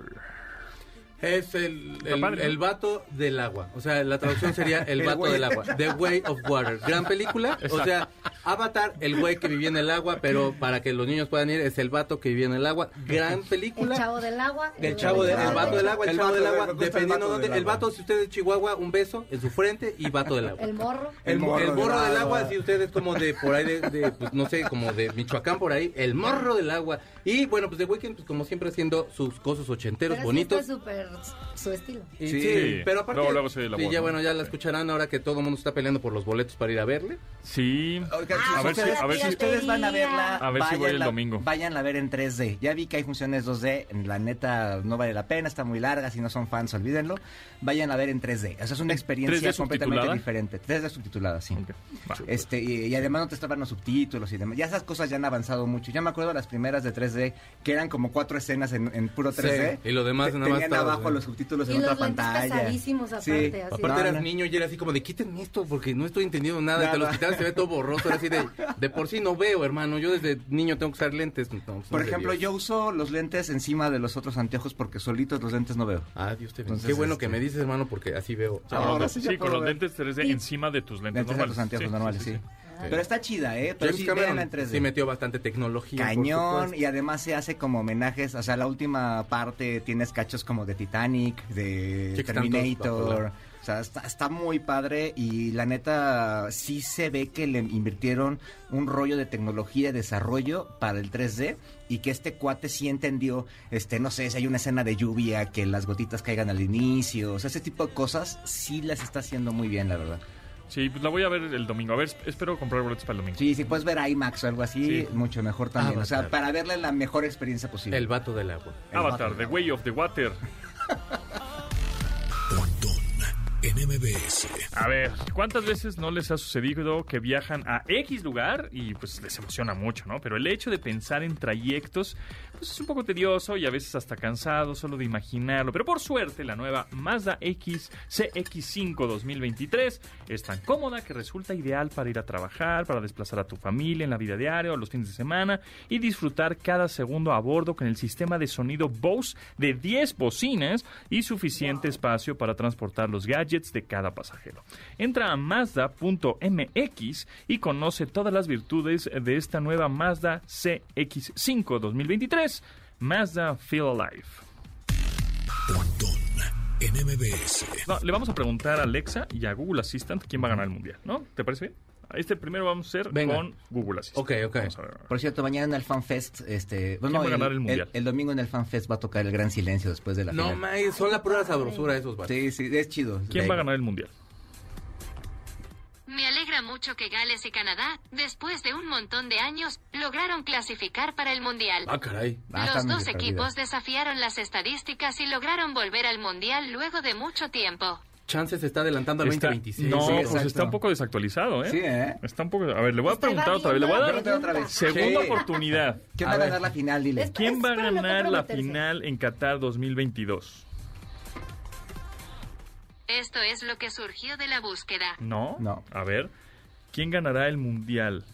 [SPEAKER 3] Es el,
[SPEAKER 2] Está
[SPEAKER 3] el,
[SPEAKER 2] padre, ¿no?
[SPEAKER 3] el vato del agua. O sea, la traducción sería el
[SPEAKER 4] El
[SPEAKER 3] vato
[SPEAKER 4] güey.
[SPEAKER 3] del agua. The Way of Water. Gran película. O sea, Avatar, el güey que vivía en el agua, pero para que los niños puedan ir, es el vato que vivía en el agua. Gran
[SPEAKER 7] El
[SPEAKER 3] película.
[SPEAKER 7] chavo del agua.
[SPEAKER 3] El chavo del
[SPEAKER 4] del
[SPEAKER 3] el
[SPEAKER 4] agua.
[SPEAKER 3] vato del agua, el,
[SPEAKER 4] El
[SPEAKER 3] chavo
[SPEAKER 4] vato
[SPEAKER 3] del
[SPEAKER 4] del-
[SPEAKER 3] agua,
[SPEAKER 4] me gusta el
[SPEAKER 3] dependiendo
[SPEAKER 4] vato
[SPEAKER 3] dónde.
[SPEAKER 4] del
[SPEAKER 3] El
[SPEAKER 4] agua.
[SPEAKER 3] vato, si usted es de Chihuahua, un beso en su frente y vato del agua.
[SPEAKER 7] El morro.
[SPEAKER 4] El
[SPEAKER 3] El, mo- el
[SPEAKER 4] morro del
[SPEAKER 3] morro del
[SPEAKER 4] agua.
[SPEAKER 3] agua, si usted es como de por ahí, de, de, pues, no sé, como de Michoacán por ahí, el morro del agua. Y bueno, pues de Weekend, pues como siempre, haciendo sus cosas
[SPEAKER 7] Pero
[SPEAKER 3] ochenteros,
[SPEAKER 7] sí
[SPEAKER 3] bonitos.
[SPEAKER 7] está súper su estilo.
[SPEAKER 3] Y
[SPEAKER 4] Sí.
[SPEAKER 3] pero aparte.
[SPEAKER 2] Luego, luego se oye la
[SPEAKER 3] sí,
[SPEAKER 2] voz,
[SPEAKER 3] ya
[SPEAKER 2] ¿no?
[SPEAKER 3] bueno, ya la
[SPEAKER 2] Sí.
[SPEAKER 3] escucharán ahora que todo el mundo está peleando por los boletos para ir a verle.
[SPEAKER 2] Sí.
[SPEAKER 4] Oigan,
[SPEAKER 7] Ah,
[SPEAKER 2] a ver si-
[SPEAKER 4] ustedes-
[SPEAKER 2] a ver si-
[SPEAKER 4] ustedes van a verla,
[SPEAKER 2] A ver si voy el
[SPEAKER 4] váyanla-
[SPEAKER 2] domingo.
[SPEAKER 4] Váyanla a ver en 3D. Ya vi que hay funciones 2D, la neta no vale la pena, está muy larga, si no son fans, olvídenlo. Vayan a ver en 3D. O sea, es una experiencia
[SPEAKER 2] 3D
[SPEAKER 4] completamente
[SPEAKER 2] subtitulada?
[SPEAKER 4] diferente. 3D subtitulada, sí.
[SPEAKER 2] Ok, va.
[SPEAKER 4] Este, y, y además no te estaban los subtítulos y demás. Ya esas cosas ya han avanzado mucho. Ya me acuerdo las primeras de 3D, que eran como cuatro escenas en, en puro
[SPEAKER 3] Sí,
[SPEAKER 4] 3D.
[SPEAKER 3] y lo demás
[SPEAKER 4] Te-
[SPEAKER 3] nada más
[SPEAKER 4] Tenían
[SPEAKER 3] estaba,
[SPEAKER 4] abajo
[SPEAKER 3] sí.
[SPEAKER 4] los subtítulos
[SPEAKER 7] Y
[SPEAKER 4] en
[SPEAKER 7] los
[SPEAKER 4] otra
[SPEAKER 7] lentes
[SPEAKER 4] pantalla.
[SPEAKER 7] pesadísimos aparte, así.
[SPEAKER 3] Aparte
[SPEAKER 4] No,
[SPEAKER 3] eras
[SPEAKER 4] no.
[SPEAKER 3] niño y era así como de quítenme esto porque no estoy entendiendo nada. Y te
[SPEAKER 4] Nada.
[SPEAKER 3] los quitaron, se ve todo borroso. Era así de, de por sí no veo, hermano. Yo desde niño tengo que usar lentes. no, pues,
[SPEAKER 4] Por
[SPEAKER 3] no
[SPEAKER 4] ejemplo,
[SPEAKER 3] debió.
[SPEAKER 4] yo uso los lentes encima de los otros anteojos porque solitos los lentes no veo.
[SPEAKER 3] Ah, Dios te bendiga.
[SPEAKER 4] Entonces,
[SPEAKER 3] Qué bueno que
[SPEAKER 4] este-
[SPEAKER 3] me dices, hermano, porque así veo.
[SPEAKER 2] Sí, con los
[SPEAKER 4] Ahora
[SPEAKER 2] lentes-
[SPEAKER 4] sí ya
[SPEAKER 2] sí, con
[SPEAKER 4] puedo
[SPEAKER 2] los
[SPEAKER 4] ver.
[SPEAKER 2] lentes 3D
[SPEAKER 7] Sí.
[SPEAKER 2] encima de tus lentes
[SPEAKER 4] Lentes de
[SPEAKER 2] normales.
[SPEAKER 4] los anteojos
[SPEAKER 2] Sí,
[SPEAKER 4] normales, sí.
[SPEAKER 2] sí, sí.
[SPEAKER 4] Pero está chida, ¿eh? Pero
[SPEAKER 3] James
[SPEAKER 4] sí, véanla
[SPEAKER 3] Cameron
[SPEAKER 4] en 3D.
[SPEAKER 3] sí metió bastante tecnología. por
[SPEAKER 4] Cañón,
[SPEAKER 3] supuesto.
[SPEAKER 4] y además se hace como homenajes. O sea, la última parte tienes cachos como de Titanic, de
[SPEAKER 3] Sí, que están todos bajo
[SPEAKER 4] Terminator.
[SPEAKER 3] la-
[SPEAKER 4] O sea, está, está muy padre y la neta sí se ve que le invirtieron un rollo de tecnología y desarrollo para el 3D y que este cuate sí entendió, este, no sé, si hay una escena de lluvia, que las gotitas caigan al inicio, o sea, ese tipo de cosas sí las está haciendo muy bien, la verdad.
[SPEAKER 2] Sí, pues la voy a ver el domingo. A ver, espero comprar boletos para el domingo.
[SPEAKER 4] Sí, si puedes ver a IMAX o algo así,
[SPEAKER 2] Sí.
[SPEAKER 4] mucho mejor también. o sea,
[SPEAKER 3] Avatar.
[SPEAKER 4] para verle la mejor experiencia posible.
[SPEAKER 3] Ah, El vato del agua.
[SPEAKER 4] El
[SPEAKER 2] Avatar,
[SPEAKER 4] vato.
[SPEAKER 2] The Way of the Water.
[SPEAKER 1] Pontón en MBS.
[SPEAKER 2] A ver, ¿cuántas veces no les ha sucedido que viajan a X lugar y pues les emociona mucho, ¿no? Pero el hecho de pensar en trayectos pues es un poco tedioso y a veces hasta cansado solo de imaginarlo. Pero por suerte la nueva Mazda X CX5 2023 es tan cómoda que resulta ideal para ir a trabajar, para desplazar a tu familia en la vida diaria o los fines de semana y disfrutar cada segundo a bordo con el sistema de sonido Bose de 10 bocinas y suficiente espacio para transportar los gadgets de cada pasajero. Entra a Mazda.mx y conoce todas las virtudes de esta nueva Mazda CX5 2023. Mazda Feel Alive.
[SPEAKER 1] Pontón en MBS.
[SPEAKER 2] No, le vamos a preguntar a Alexa y a Google Assistant quién va a ganar el mundial, ¿no? ¿Te parece bien? Este primero vamos a hacer
[SPEAKER 3] Venga.
[SPEAKER 2] con Google Assistant.
[SPEAKER 3] Ok, ok.
[SPEAKER 2] Vamos a ver.
[SPEAKER 4] Por cierto, mañana en el FanFest, este... bueno,
[SPEAKER 2] va a
[SPEAKER 4] el,
[SPEAKER 2] ganar el Mundial?
[SPEAKER 4] el domingo en el FanFest va a tocar el gran silencio después de la
[SPEAKER 3] No,
[SPEAKER 4] final.
[SPEAKER 3] mames, son la prueba sabrosura de esos vatos.
[SPEAKER 4] Sí, sí, es chido.
[SPEAKER 2] ¿Quién
[SPEAKER 4] De-
[SPEAKER 2] va a ganar el mundial?
[SPEAKER 5] Me alegra mucho que Gales y Canadá, después de un montón de años, lograron clasificar para el Mundial.
[SPEAKER 3] Ah, caray.
[SPEAKER 4] Ah,
[SPEAKER 5] Los
[SPEAKER 4] están medio
[SPEAKER 5] dos equipos
[SPEAKER 4] perdidas.
[SPEAKER 5] desafiaron las estadísticas y lograron volver al Mundial luego de mucho tiempo.
[SPEAKER 3] Chance se está adelantando al
[SPEAKER 2] Está-
[SPEAKER 3] 2026.
[SPEAKER 2] no,
[SPEAKER 4] sí,
[SPEAKER 2] pues
[SPEAKER 4] exacto.
[SPEAKER 2] está un poco desactualizado, ¿eh?
[SPEAKER 4] Sí, ¿eh?
[SPEAKER 2] Está un poco... A ver, le voy a
[SPEAKER 7] Estoy
[SPEAKER 2] preguntar otra vez. Le voy a dar
[SPEAKER 7] valiendo la
[SPEAKER 4] Pregúntale otra vez.
[SPEAKER 7] pregunta.
[SPEAKER 2] segunda
[SPEAKER 3] Sí.
[SPEAKER 2] oportunidad.
[SPEAKER 3] A
[SPEAKER 4] ¿Quién va a
[SPEAKER 3] ver.
[SPEAKER 4] ganar la final? Dile.
[SPEAKER 7] Es-
[SPEAKER 2] ¿Quién va a
[SPEAKER 7] para no
[SPEAKER 2] ganar la
[SPEAKER 7] comprometerse.
[SPEAKER 2] final en Qatar 2022?
[SPEAKER 5] Esto es lo que surgió de la búsqueda.
[SPEAKER 2] No.
[SPEAKER 4] No.
[SPEAKER 2] A ver, ¿quién ganará el mundial?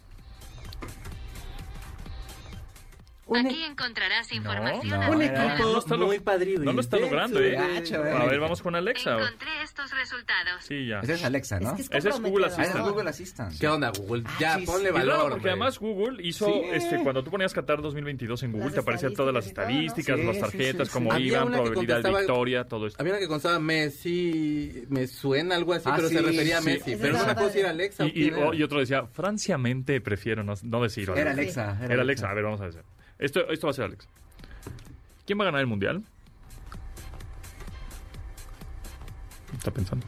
[SPEAKER 3] Un
[SPEAKER 5] Aquí encontrarás información
[SPEAKER 4] e- no,
[SPEAKER 5] a-
[SPEAKER 4] un e-
[SPEAKER 3] Un
[SPEAKER 4] Ahora,
[SPEAKER 3] equipo
[SPEAKER 2] no lo está lo-
[SPEAKER 3] muy padrino.
[SPEAKER 2] no lo está logrando,
[SPEAKER 3] intenso,
[SPEAKER 2] ¿eh?
[SPEAKER 4] Gacho,
[SPEAKER 2] A ver, vamos con Alexa.
[SPEAKER 5] Encontré estos resultados.
[SPEAKER 2] Sí, ya.
[SPEAKER 4] Esa Pues es Alexa, ¿no?
[SPEAKER 7] Es que es
[SPEAKER 2] Ese es Google
[SPEAKER 7] comprometedor.
[SPEAKER 4] Ah, es
[SPEAKER 2] Assistant.
[SPEAKER 4] Google Assistant.
[SPEAKER 3] ¿Qué onda, Google?
[SPEAKER 4] Ah,
[SPEAKER 3] Ya,
[SPEAKER 4] sí, sí.
[SPEAKER 3] ponle
[SPEAKER 4] Es
[SPEAKER 2] Y
[SPEAKER 3] valor.
[SPEAKER 2] claro, porque
[SPEAKER 3] hombre.
[SPEAKER 2] además Google hizo,
[SPEAKER 4] Sí.
[SPEAKER 2] este, cuando tú ponías Qatar 2022 en Google,
[SPEAKER 7] Las
[SPEAKER 2] te aparecían todas las
[SPEAKER 7] estadísticas y
[SPEAKER 2] estadísticas,
[SPEAKER 4] todo, ¿no?
[SPEAKER 2] las
[SPEAKER 4] Sí, sí,
[SPEAKER 2] tarjetas,
[SPEAKER 4] sí,
[SPEAKER 2] cómo
[SPEAKER 4] sí.
[SPEAKER 3] Había
[SPEAKER 2] iban,
[SPEAKER 3] una que
[SPEAKER 2] probabilidad de
[SPEAKER 3] contestaba-
[SPEAKER 2] victoria, todo esto.
[SPEAKER 3] Había una que constaba Messi, me suena algo así,
[SPEAKER 4] Ah,
[SPEAKER 3] pero
[SPEAKER 4] sí,
[SPEAKER 3] se refería a
[SPEAKER 4] sí.
[SPEAKER 3] Messi.
[SPEAKER 4] Esa
[SPEAKER 3] Pero no
[SPEAKER 7] es
[SPEAKER 3] me
[SPEAKER 7] la
[SPEAKER 3] acuerdo si era
[SPEAKER 7] padre.
[SPEAKER 3] Alexa o
[SPEAKER 2] Y, y-
[SPEAKER 3] quién era.
[SPEAKER 2] y otro decía, franciamente prefiero no, no decirlo.
[SPEAKER 4] Era Alexa.
[SPEAKER 2] Era Alexa. A ver, vamos a ver. Esto, esto va a ser Alexa. ¿Quién va a ganar el mundial? Está pensando.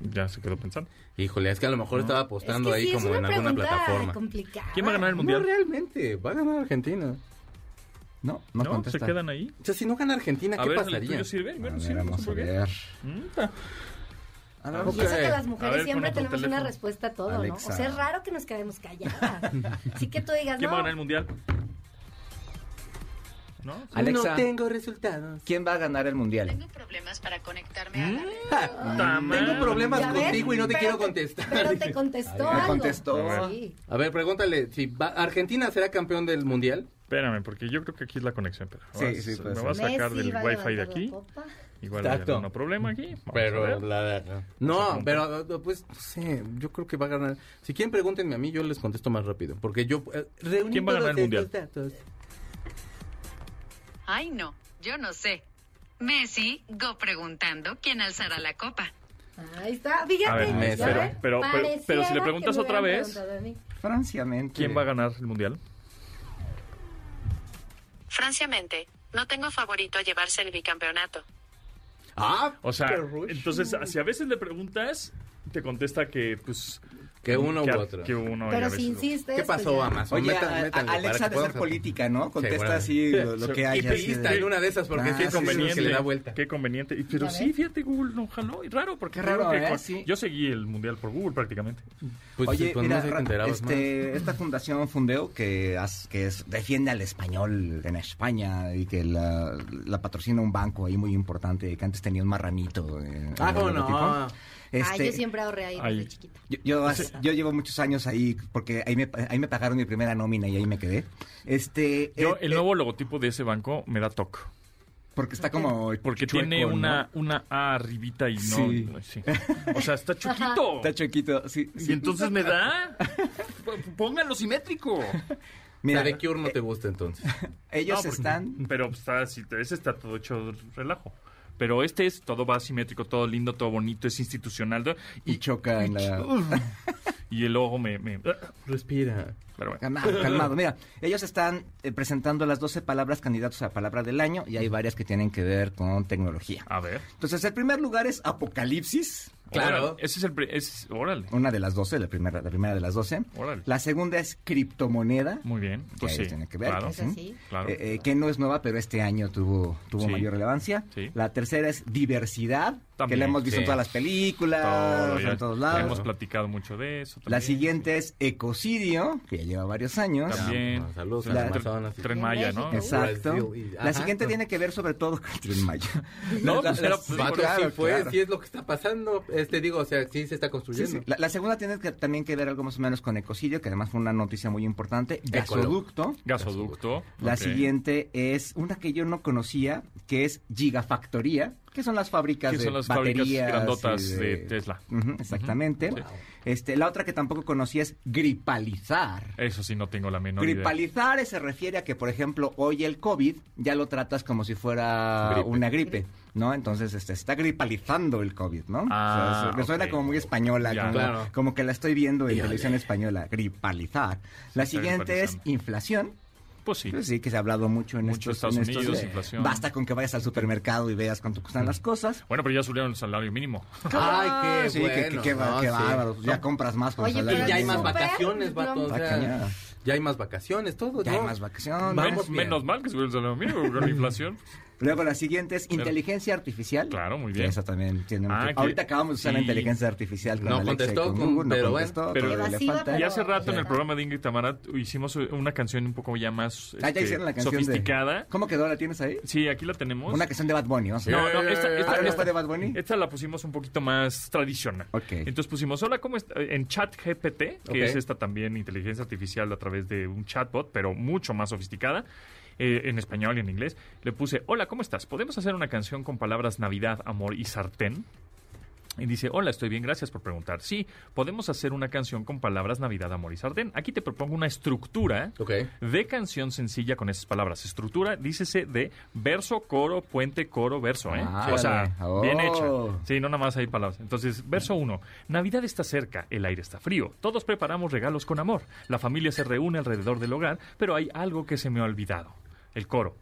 [SPEAKER 2] Ya se quedó pensando.
[SPEAKER 3] Híjole, es que a lo mejor estaba apostando
[SPEAKER 7] Es que
[SPEAKER 3] ahí
[SPEAKER 7] sí, es
[SPEAKER 3] como en
[SPEAKER 7] una
[SPEAKER 3] alguna
[SPEAKER 7] pregunta
[SPEAKER 3] plataforma.
[SPEAKER 7] complicada.
[SPEAKER 2] ¿Quién va a
[SPEAKER 4] Ah,
[SPEAKER 2] ganar el
[SPEAKER 3] No,
[SPEAKER 2] mundial?
[SPEAKER 3] realmente, va a ganar Argentina.
[SPEAKER 4] No, no,
[SPEAKER 2] No, se
[SPEAKER 4] contesta.
[SPEAKER 2] quedan ahí.
[SPEAKER 3] O sea, si no gana Argentina, ¿qué
[SPEAKER 2] A ver, ¿el
[SPEAKER 3] pasaría?
[SPEAKER 2] tuyo sirve?
[SPEAKER 4] A
[SPEAKER 2] Bueno,
[SPEAKER 4] ver,
[SPEAKER 2] sirve.
[SPEAKER 4] vamos a
[SPEAKER 2] ¿por qué?
[SPEAKER 4] ver.
[SPEAKER 2] Mm, ta.
[SPEAKER 4] A
[SPEAKER 3] ver,
[SPEAKER 7] Y eso que las
[SPEAKER 2] A
[SPEAKER 7] mujeres
[SPEAKER 2] ver,
[SPEAKER 7] siempre
[SPEAKER 2] con otro
[SPEAKER 7] tenemos una
[SPEAKER 2] teléfono.
[SPEAKER 7] respuesta a todo,
[SPEAKER 4] Alexa.
[SPEAKER 7] ¿no? O sea, es raro que nos quedemos calladas. Así que tú digas,
[SPEAKER 2] ¿Quién va a
[SPEAKER 7] no,
[SPEAKER 2] ganar el mundial? ¿No?
[SPEAKER 4] Alexa,
[SPEAKER 3] No tengo resultados.
[SPEAKER 4] ¿quién va a ganar el mundial?
[SPEAKER 8] Tengo problemas para conectarme a
[SPEAKER 5] ¿Mm?
[SPEAKER 8] la red.
[SPEAKER 2] Ta madre.
[SPEAKER 3] Tengo problemas
[SPEAKER 7] Ya ves,
[SPEAKER 3] contigo y no te
[SPEAKER 7] pero
[SPEAKER 3] quiero
[SPEAKER 7] te-
[SPEAKER 3] contestar.
[SPEAKER 7] Pero
[SPEAKER 3] dije.
[SPEAKER 7] te contestó
[SPEAKER 4] Me
[SPEAKER 7] algo.
[SPEAKER 4] contestó.
[SPEAKER 7] Sí.
[SPEAKER 3] A ver, pregúntale, si va- Argentina será campeón del mundial.
[SPEAKER 2] Espérame, porque yo creo que aquí es la conexión. Pero
[SPEAKER 4] Sí,
[SPEAKER 2] vas-
[SPEAKER 4] sí, puede
[SPEAKER 2] me
[SPEAKER 4] ser.
[SPEAKER 2] vas a sacar
[SPEAKER 7] Messi
[SPEAKER 2] del
[SPEAKER 7] va a
[SPEAKER 2] wifi de
[SPEAKER 7] levantar la
[SPEAKER 2] aquí.
[SPEAKER 7] copa.
[SPEAKER 2] Igual hay
[SPEAKER 3] Exacto.
[SPEAKER 2] algún problema aquí. Vamos a ver.
[SPEAKER 3] No, pero eh, pues no sé, yo creo que va a ganar. Si quieren pregúntenme a mí, yo les contesto más rápido, porque yo eh, reuní
[SPEAKER 2] ¿Quién va a
[SPEAKER 3] todos
[SPEAKER 2] ganar el
[SPEAKER 3] estos datos.
[SPEAKER 8] Ay, no, yo no sé. Messi, go preguntando quién alzará la copa.
[SPEAKER 7] Ahí está. Fíjate.
[SPEAKER 2] A ver,
[SPEAKER 7] ya
[SPEAKER 3] pero-
[SPEAKER 7] ves,
[SPEAKER 2] pero- pero- pero si le
[SPEAKER 7] pareciera
[SPEAKER 2] preguntas
[SPEAKER 7] que me
[SPEAKER 2] otra
[SPEAKER 7] hubieran
[SPEAKER 2] vez-
[SPEAKER 7] preguntado a mí.
[SPEAKER 4] Franciamente.
[SPEAKER 2] ¿Quién va a ganar el mundial?
[SPEAKER 8] Franciamente, no tengo favorito a llevarse el bicampeonato.
[SPEAKER 3] Ah,
[SPEAKER 2] O sea,
[SPEAKER 3] pero Rush.
[SPEAKER 2] entonces, si a veces le preguntas, te contesta que, pues.
[SPEAKER 3] que uno
[SPEAKER 2] que,
[SPEAKER 3] u otro.
[SPEAKER 2] Que uno y a
[SPEAKER 7] Pero
[SPEAKER 2] veces
[SPEAKER 7] si
[SPEAKER 2] no.
[SPEAKER 7] insistes.
[SPEAKER 3] ¿Qué
[SPEAKER 7] pues
[SPEAKER 3] pasó,
[SPEAKER 7] ya.
[SPEAKER 3] Amazon?
[SPEAKER 4] Oye,
[SPEAKER 3] Metan-
[SPEAKER 4] a- a-
[SPEAKER 3] métanle para
[SPEAKER 4] Alexa
[SPEAKER 3] que
[SPEAKER 4] de ser
[SPEAKER 3] podamos-
[SPEAKER 4] política, ¿no? Contesta así
[SPEAKER 3] Seguramente.
[SPEAKER 4] lo, lo
[SPEAKER 2] Sí.
[SPEAKER 4] que hay.
[SPEAKER 3] Y pista en una de esas, porque
[SPEAKER 4] Ah,
[SPEAKER 3] sí
[SPEAKER 2] Qué
[SPEAKER 3] es conveniente.
[SPEAKER 2] conveniente.
[SPEAKER 3] que le da vuelta.
[SPEAKER 2] Qué conveniente. Y- Pero
[SPEAKER 7] Ya
[SPEAKER 2] sí,
[SPEAKER 7] ves.
[SPEAKER 2] fíjate, Google no jaló. Y raro, porque
[SPEAKER 4] Qué raro,
[SPEAKER 2] creo que
[SPEAKER 4] ¿eh?
[SPEAKER 2] con-
[SPEAKER 4] Sí.
[SPEAKER 2] yo seguí el mundial por Google prácticamente.
[SPEAKER 3] Pues,
[SPEAKER 4] Oye,
[SPEAKER 3] cuando
[SPEAKER 4] mira,
[SPEAKER 3] más hay que
[SPEAKER 4] ra-
[SPEAKER 3] enterabas más.
[SPEAKER 4] este, esta fundación Fundeo que, as- que es- defiende al español en España y que la, la patrocina un banco ahí muy importante que antes tenía un marranito. eh,
[SPEAKER 3] Ah,
[SPEAKER 4] en el
[SPEAKER 3] cómo no.
[SPEAKER 4] logotipo.
[SPEAKER 7] Ay,
[SPEAKER 4] Este,
[SPEAKER 7] yo siempre ahorré ahí
[SPEAKER 2] Ahí.
[SPEAKER 7] desde chiquita.
[SPEAKER 4] Yo, yo, hace- yo llevo muchos años ahí porque ahí me, ahí me pagaron mi primera nómina y ahí me quedé. Este,
[SPEAKER 2] Yo,
[SPEAKER 4] eh,
[SPEAKER 2] el
[SPEAKER 4] eh,
[SPEAKER 2] nuevo logotipo de ese banco me da toque.
[SPEAKER 4] porque está como
[SPEAKER 2] Porque
[SPEAKER 4] chueco,
[SPEAKER 2] tiene
[SPEAKER 4] ¿no?
[SPEAKER 2] una, una A arribita y no.
[SPEAKER 4] Sí.
[SPEAKER 2] sí. O sea, está chiquito.
[SPEAKER 4] Está chiquito, sí.
[SPEAKER 2] y
[SPEAKER 4] sí.
[SPEAKER 2] entonces me da. P- Pónganlo simétrico.
[SPEAKER 4] Mira,
[SPEAKER 3] La de Cure no te gusta entonces.
[SPEAKER 4] ellos
[SPEAKER 2] No, porque-
[SPEAKER 4] están...
[SPEAKER 2] Pero está, si te- ese está todo hecho relajo. Pero este es todo va simétrico, todo lindo, todo bonito, es institucional. ¿no?
[SPEAKER 4] Y choca en la...
[SPEAKER 2] Y el ojo me. me-
[SPEAKER 3] Respira.
[SPEAKER 2] pero bueno.
[SPEAKER 4] Calmado, calmado. Mira, ellos están eh, presentando las 12 palabras candidatos a palabra del año y hay varias que tienen que ver con tecnología.
[SPEAKER 2] A ver.
[SPEAKER 4] Entonces, el primer lugar es Apocalipsis,
[SPEAKER 3] Claro.
[SPEAKER 2] Órale, ese es el. pri- ese es- órale.
[SPEAKER 4] una de las 12, la primera, la primera de las 12.
[SPEAKER 2] Órale.
[SPEAKER 4] La segunda es Criptomoneda.
[SPEAKER 2] Muy bien.
[SPEAKER 4] que
[SPEAKER 2] Pues
[SPEAKER 4] ahí
[SPEAKER 2] sí.
[SPEAKER 4] tiene que ver,
[SPEAKER 2] Claro.
[SPEAKER 4] que sí,
[SPEAKER 7] Sí.
[SPEAKER 2] claro.
[SPEAKER 4] eh, eh, que no es nueva, pero este año tuvo, tuvo
[SPEAKER 2] Sí.
[SPEAKER 4] mayor relevancia.
[SPEAKER 2] Sí.
[SPEAKER 4] La tercera es diversidad, que
[SPEAKER 2] También,
[SPEAKER 4] la hemos visto
[SPEAKER 3] sí.
[SPEAKER 4] en todas las películas,
[SPEAKER 2] Todo, ya
[SPEAKER 4] en ah, todos lados.
[SPEAKER 2] Hemos platicado mucho de eso.
[SPEAKER 4] La
[SPEAKER 2] también.
[SPEAKER 4] siguiente es ecocidio, que ya lleva varios años.
[SPEAKER 2] También.
[SPEAKER 3] Ah, saludos
[SPEAKER 4] a las
[SPEAKER 2] Tren-
[SPEAKER 3] Amazonas.
[SPEAKER 2] Tren Maya, ¿no?
[SPEAKER 7] México.
[SPEAKER 4] Exacto.
[SPEAKER 3] Brasil y-
[SPEAKER 4] La
[SPEAKER 3] ajá.
[SPEAKER 4] siguiente tiene que ver sobre todo con el Tren Maya.
[SPEAKER 2] No,
[SPEAKER 4] La-
[SPEAKER 2] pues
[SPEAKER 4] la-
[SPEAKER 2] era-
[SPEAKER 4] sí,
[SPEAKER 3] Vato,
[SPEAKER 4] claro,
[SPEAKER 3] sí fue,
[SPEAKER 4] claro.
[SPEAKER 3] sí es lo que está pasando. Este, digo, o sea, sí se está
[SPEAKER 4] Sí,
[SPEAKER 3] construyendo.
[SPEAKER 4] sí. La, la segunda tiene que, también que ver algo más o menos con ecocidio, que además fue una noticia muy importante. Gasoducto.
[SPEAKER 2] Gasoducto.
[SPEAKER 4] La
[SPEAKER 2] ok.
[SPEAKER 4] siguiente es una que yo no conocía, que es Gigafactoría, que son las fábricas
[SPEAKER 2] Que
[SPEAKER 4] de
[SPEAKER 2] son las fábricas
[SPEAKER 4] baterías y
[SPEAKER 2] grandotas
[SPEAKER 4] de-
[SPEAKER 2] de Tesla.
[SPEAKER 4] Ujú, exactamente. Este, la otra que tampoco conocía es gripalizar.
[SPEAKER 2] Eso sí, no tengo la menor idea.
[SPEAKER 4] Gripalizar eh, se refiere a que, por ejemplo, hoy el COVID ya lo tratas como si fuera
[SPEAKER 3] Gripe.
[SPEAKER 4] una gripe, ¿no? Entonces este, se está gripalizando el COVID, ¿no?
[SPEAKER 2] Ah,
[SPEAKER 4] se- me suena
[SPEAKER 2] ok.
[SPEAKER 4] como muy española,
[SPEAKER 2] Ya.
[SPEAKER 4] como,
[SPEAKER 3] Claro.
[SPEAKER 4] como que la estoy viendo en
[SPEAKER 3] Híjole.
[SPEAKER 4] televisión española, gripalizar. La
[SPEAKER 2] está
[SPEAKER 4] siguiente es
[SPEAKER 2] gripalizando.
[SPEAKER 4] inflación.
[SPEAKER 2] Pues sí.
[SPEAKER 4] Pues sí, que se ha hablado mucho en
[SPEAKER 2] Mucho
[SPEAKER 4] estos,
[SPEAKER 2] Estados
[SPEAKER 4] en estos
[SPEAKER 2] Unidos,
[SPEAKER 4] de-
[SPEAKER 2] inflación.
[SPEAKER 4] Basta con que vayas al supermercado y veas cuánto cuestan las cosas.
[SPEAKER 2] Bueno, pero ya subieron el salario mínimo.
[SPEAKER 3] Ay, qué
[SPEAKER 4] Ah, sí,
[SPEAKER 3] bueno.
[SPEAKER 4] que- que- que va-
[SPEAKER 3] no,
[SPEAKER 4] que
[SPEAKER 3] sí.
[SPEAKER 4] bárbaro, Ya compras más por el
[SPEAKER 7] Oye,
[SPEAKER 4] salario
[SPEAKER 7] pero
[SPEAKER 3] Y ya hay
[SPEAKER 4] mínimo.
[SPEAKER 3] más
[SPEAKER 7] Súper,
[SPEAKER 3] vacaciones,
[SPEAKER 7] no.
[SPEAKER 3] vato. o sea,
[SPEAKER 4] Está cañón.
[SPEAKER 3] ya hay más vacaciones, todo.
[SPEAKER 4] Ya
[SPEAKER 3] ¿no?
[SPEAKER 4] hay más vacaciones.
[SPEAKER 3] Vamos
[SPEAKER 2] Men-
[SPEAKER 3] bien.
[SPEAKER 2] menos mal que subieron el salario mínimo porque con la inflación.
[SPEAKER 4] Luego la siguiente es inteligencia artificial.
[SPEAKER 2] Claro, muy
[SPEAKER 4] que
[SPEAKER 2] bien.
[SPEAKER 4] Esa también tiene
[SPEAKER 2] Ah,
[SPEAKER 4] mucho-
[SPEAKER 2] que-
[SPEAKER 4] Ahorita acabamos de usar la
[SPEAKER 2] sí.
[SPEAKER 4] inteligencia artificial con
[SPEAKER 3] No
[SPEAKER 4] Alexa y
[SPEAKER 3] contestó,
[SPEAKER 4] con
[SPEAKER 3] con-
[SPEAKER 4] Google, no
[SPEAKER 3] pero bueno,
[SPEAKER 4] contestó,
[SPEAKER 2] pero-
[SPEAKER 4] todavía le
[SPEAKER 7] Evasiva,
[SPEAKER 4] falta. Ah,
[SPEAKER 7] pero-
[SPEAKER 2] Y hace rato en el
[SPEAKER 7] Ajá.
[SPEAKER 2] programa de Ingrid Tamara hicimos una canción un poco ya más
[SPEAKER 4] Ah, ya
[SPEAKER 2] este,
[SPEAKER 4] hicieron la canción de-
[SPEAKER 2] sofisticada.
[SPEAKER 4] ¿Cómo quedó? ¿La tienes ahí?
[SPEAKER 2] Sí, aquí la tenemos.
[SPEAKER 4] Una canción de Bad Bunny. vamos a ver.
[SPEAKER 2] No, no, esta, esta-
[SPEAKER 4] Ah, ¿no
[SPEAKER 2] esta-
[SPEAKER 4] fue de Bad Bunny?
[SPEAKER 2] esta la pusimos un poquito más tradicional.
[SPEAKER 4] Ok.
[SPEAKER 2] Entonces pusimos, hola, ¿cómo está? En chat GPT, que
[SPEAKER 3] Ok.
[SPEAKER 2] es esta también inteligencia artificial a través de un chatbot, pero mucho más sofisticada, eh, en español y en inglés, le puse, hola, ¿cómo estás? ¿Podemos hacer una canción con palabras Navidad, amor y sartén? Y dice, hola, estoy bien, gracias por preguntar. Sí, podemos hacer una canción con palabras Navidad, amor y sartén. Aquí te propongo una estructura
[SPEAKER 3] Ok.
[SPEAKER 2] de canción sencilla con esas palabras. Estructura, dícese de verso, coro, puente, coro, verso, ¿eh?
[SPEAKER 4] Ah,
[SPEAKER 2] o sea,
[SPEAKER 4] dale.
[SPEAKER 2] bien
[SPEAKER 4] Oh.
[SPEAKER 2] hecha. Sí, no nada más hay palabras. Entonces, verso 1. Navidad está cerca, el aire está frío, todos preparamos regalos con amor. La familia se reúne alrededor del hogar, pero hay algo que se me ha olvidado. El coro.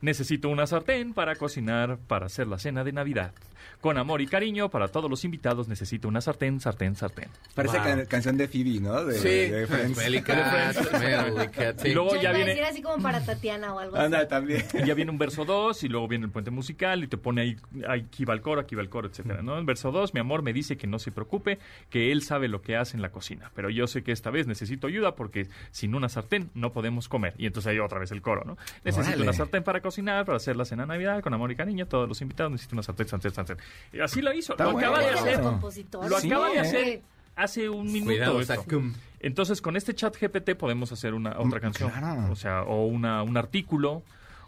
[SPEAKER 2] Necesito una sartén para cocinar, para hacer la cena de Navidad. Con amor y cariño para todos los invitados necesito una sartén, sartén, sartén.
[SPEAKER 4] Parece
[SPEAKER 3] Wow.
[SPEAKER 4] can- canción de Phoebe, ¿no? De,
[SPEAKER 3] Sí, pues,
[SPEAKER 4] de Friends.
[SPEAKER 3] Smelly Cat, Smelly Cat, sí.
[SPEAKER 2] Y luego
[SPEAKER 7] Yo
[SPEAKER 2] ya
[SPEAKER 7] iba a
[SPEAKER 2] viene...
[SPEAKER 7] decir así como para Tatiana o algo así.
[SPEAKER 4] Anda, también.
[SPEAKER 2] Y ya viene un verso 2 y luego viene el puente musical y te pone ahí, ahí, aquí va el coro, aquí va el coro, etcétera, ¿no? En verso 2, mi amor me dice que no se preocupe, que él sabe lo que hace en la cocina, pero yo sé que esta vez necesito ayuda porque sin una sartén no podemos comer. Y entonces ahí otra vez el coro, ¿no? Necesito
[SPEAKER 4] Órale.
[SPEAKER 2] una sartén para cocinar, para hacer la cena de Navidad con amor y cariño, todos los invitados necesitan una sartén, sartén, sartén. Y así lo hizo,
[SPEAKER 4] Está
[SPEAKER 2] lo
[SPEAKER 4] bueno.
[SPEAKER 2] acaba de
[SPEAKER 4] Está
[SPEAKER 2] hacer.
[SPEAKER 4] bueno.
[SPEAKER 2] Lo
[SPEAKER 4] Sí,
[SPEAKER 2] acaba de
[SPEAKER 4] ¿eh? um.
[SPEAKER 2] hacer hace un minuto.
[SPEAKER 3] Cuidado,
[SPEAKER 2] esto.
[SPEAKER 3] Sacum.
[SPEAKER 2] Entonces, con este chat GPT podemos hacer una otra
[SPEAKER 4] Mm,
[SPEAKER 2] canción.
[SPEAKER 4] claro.
[SPEAKER 2] O sea, o una, un artículo,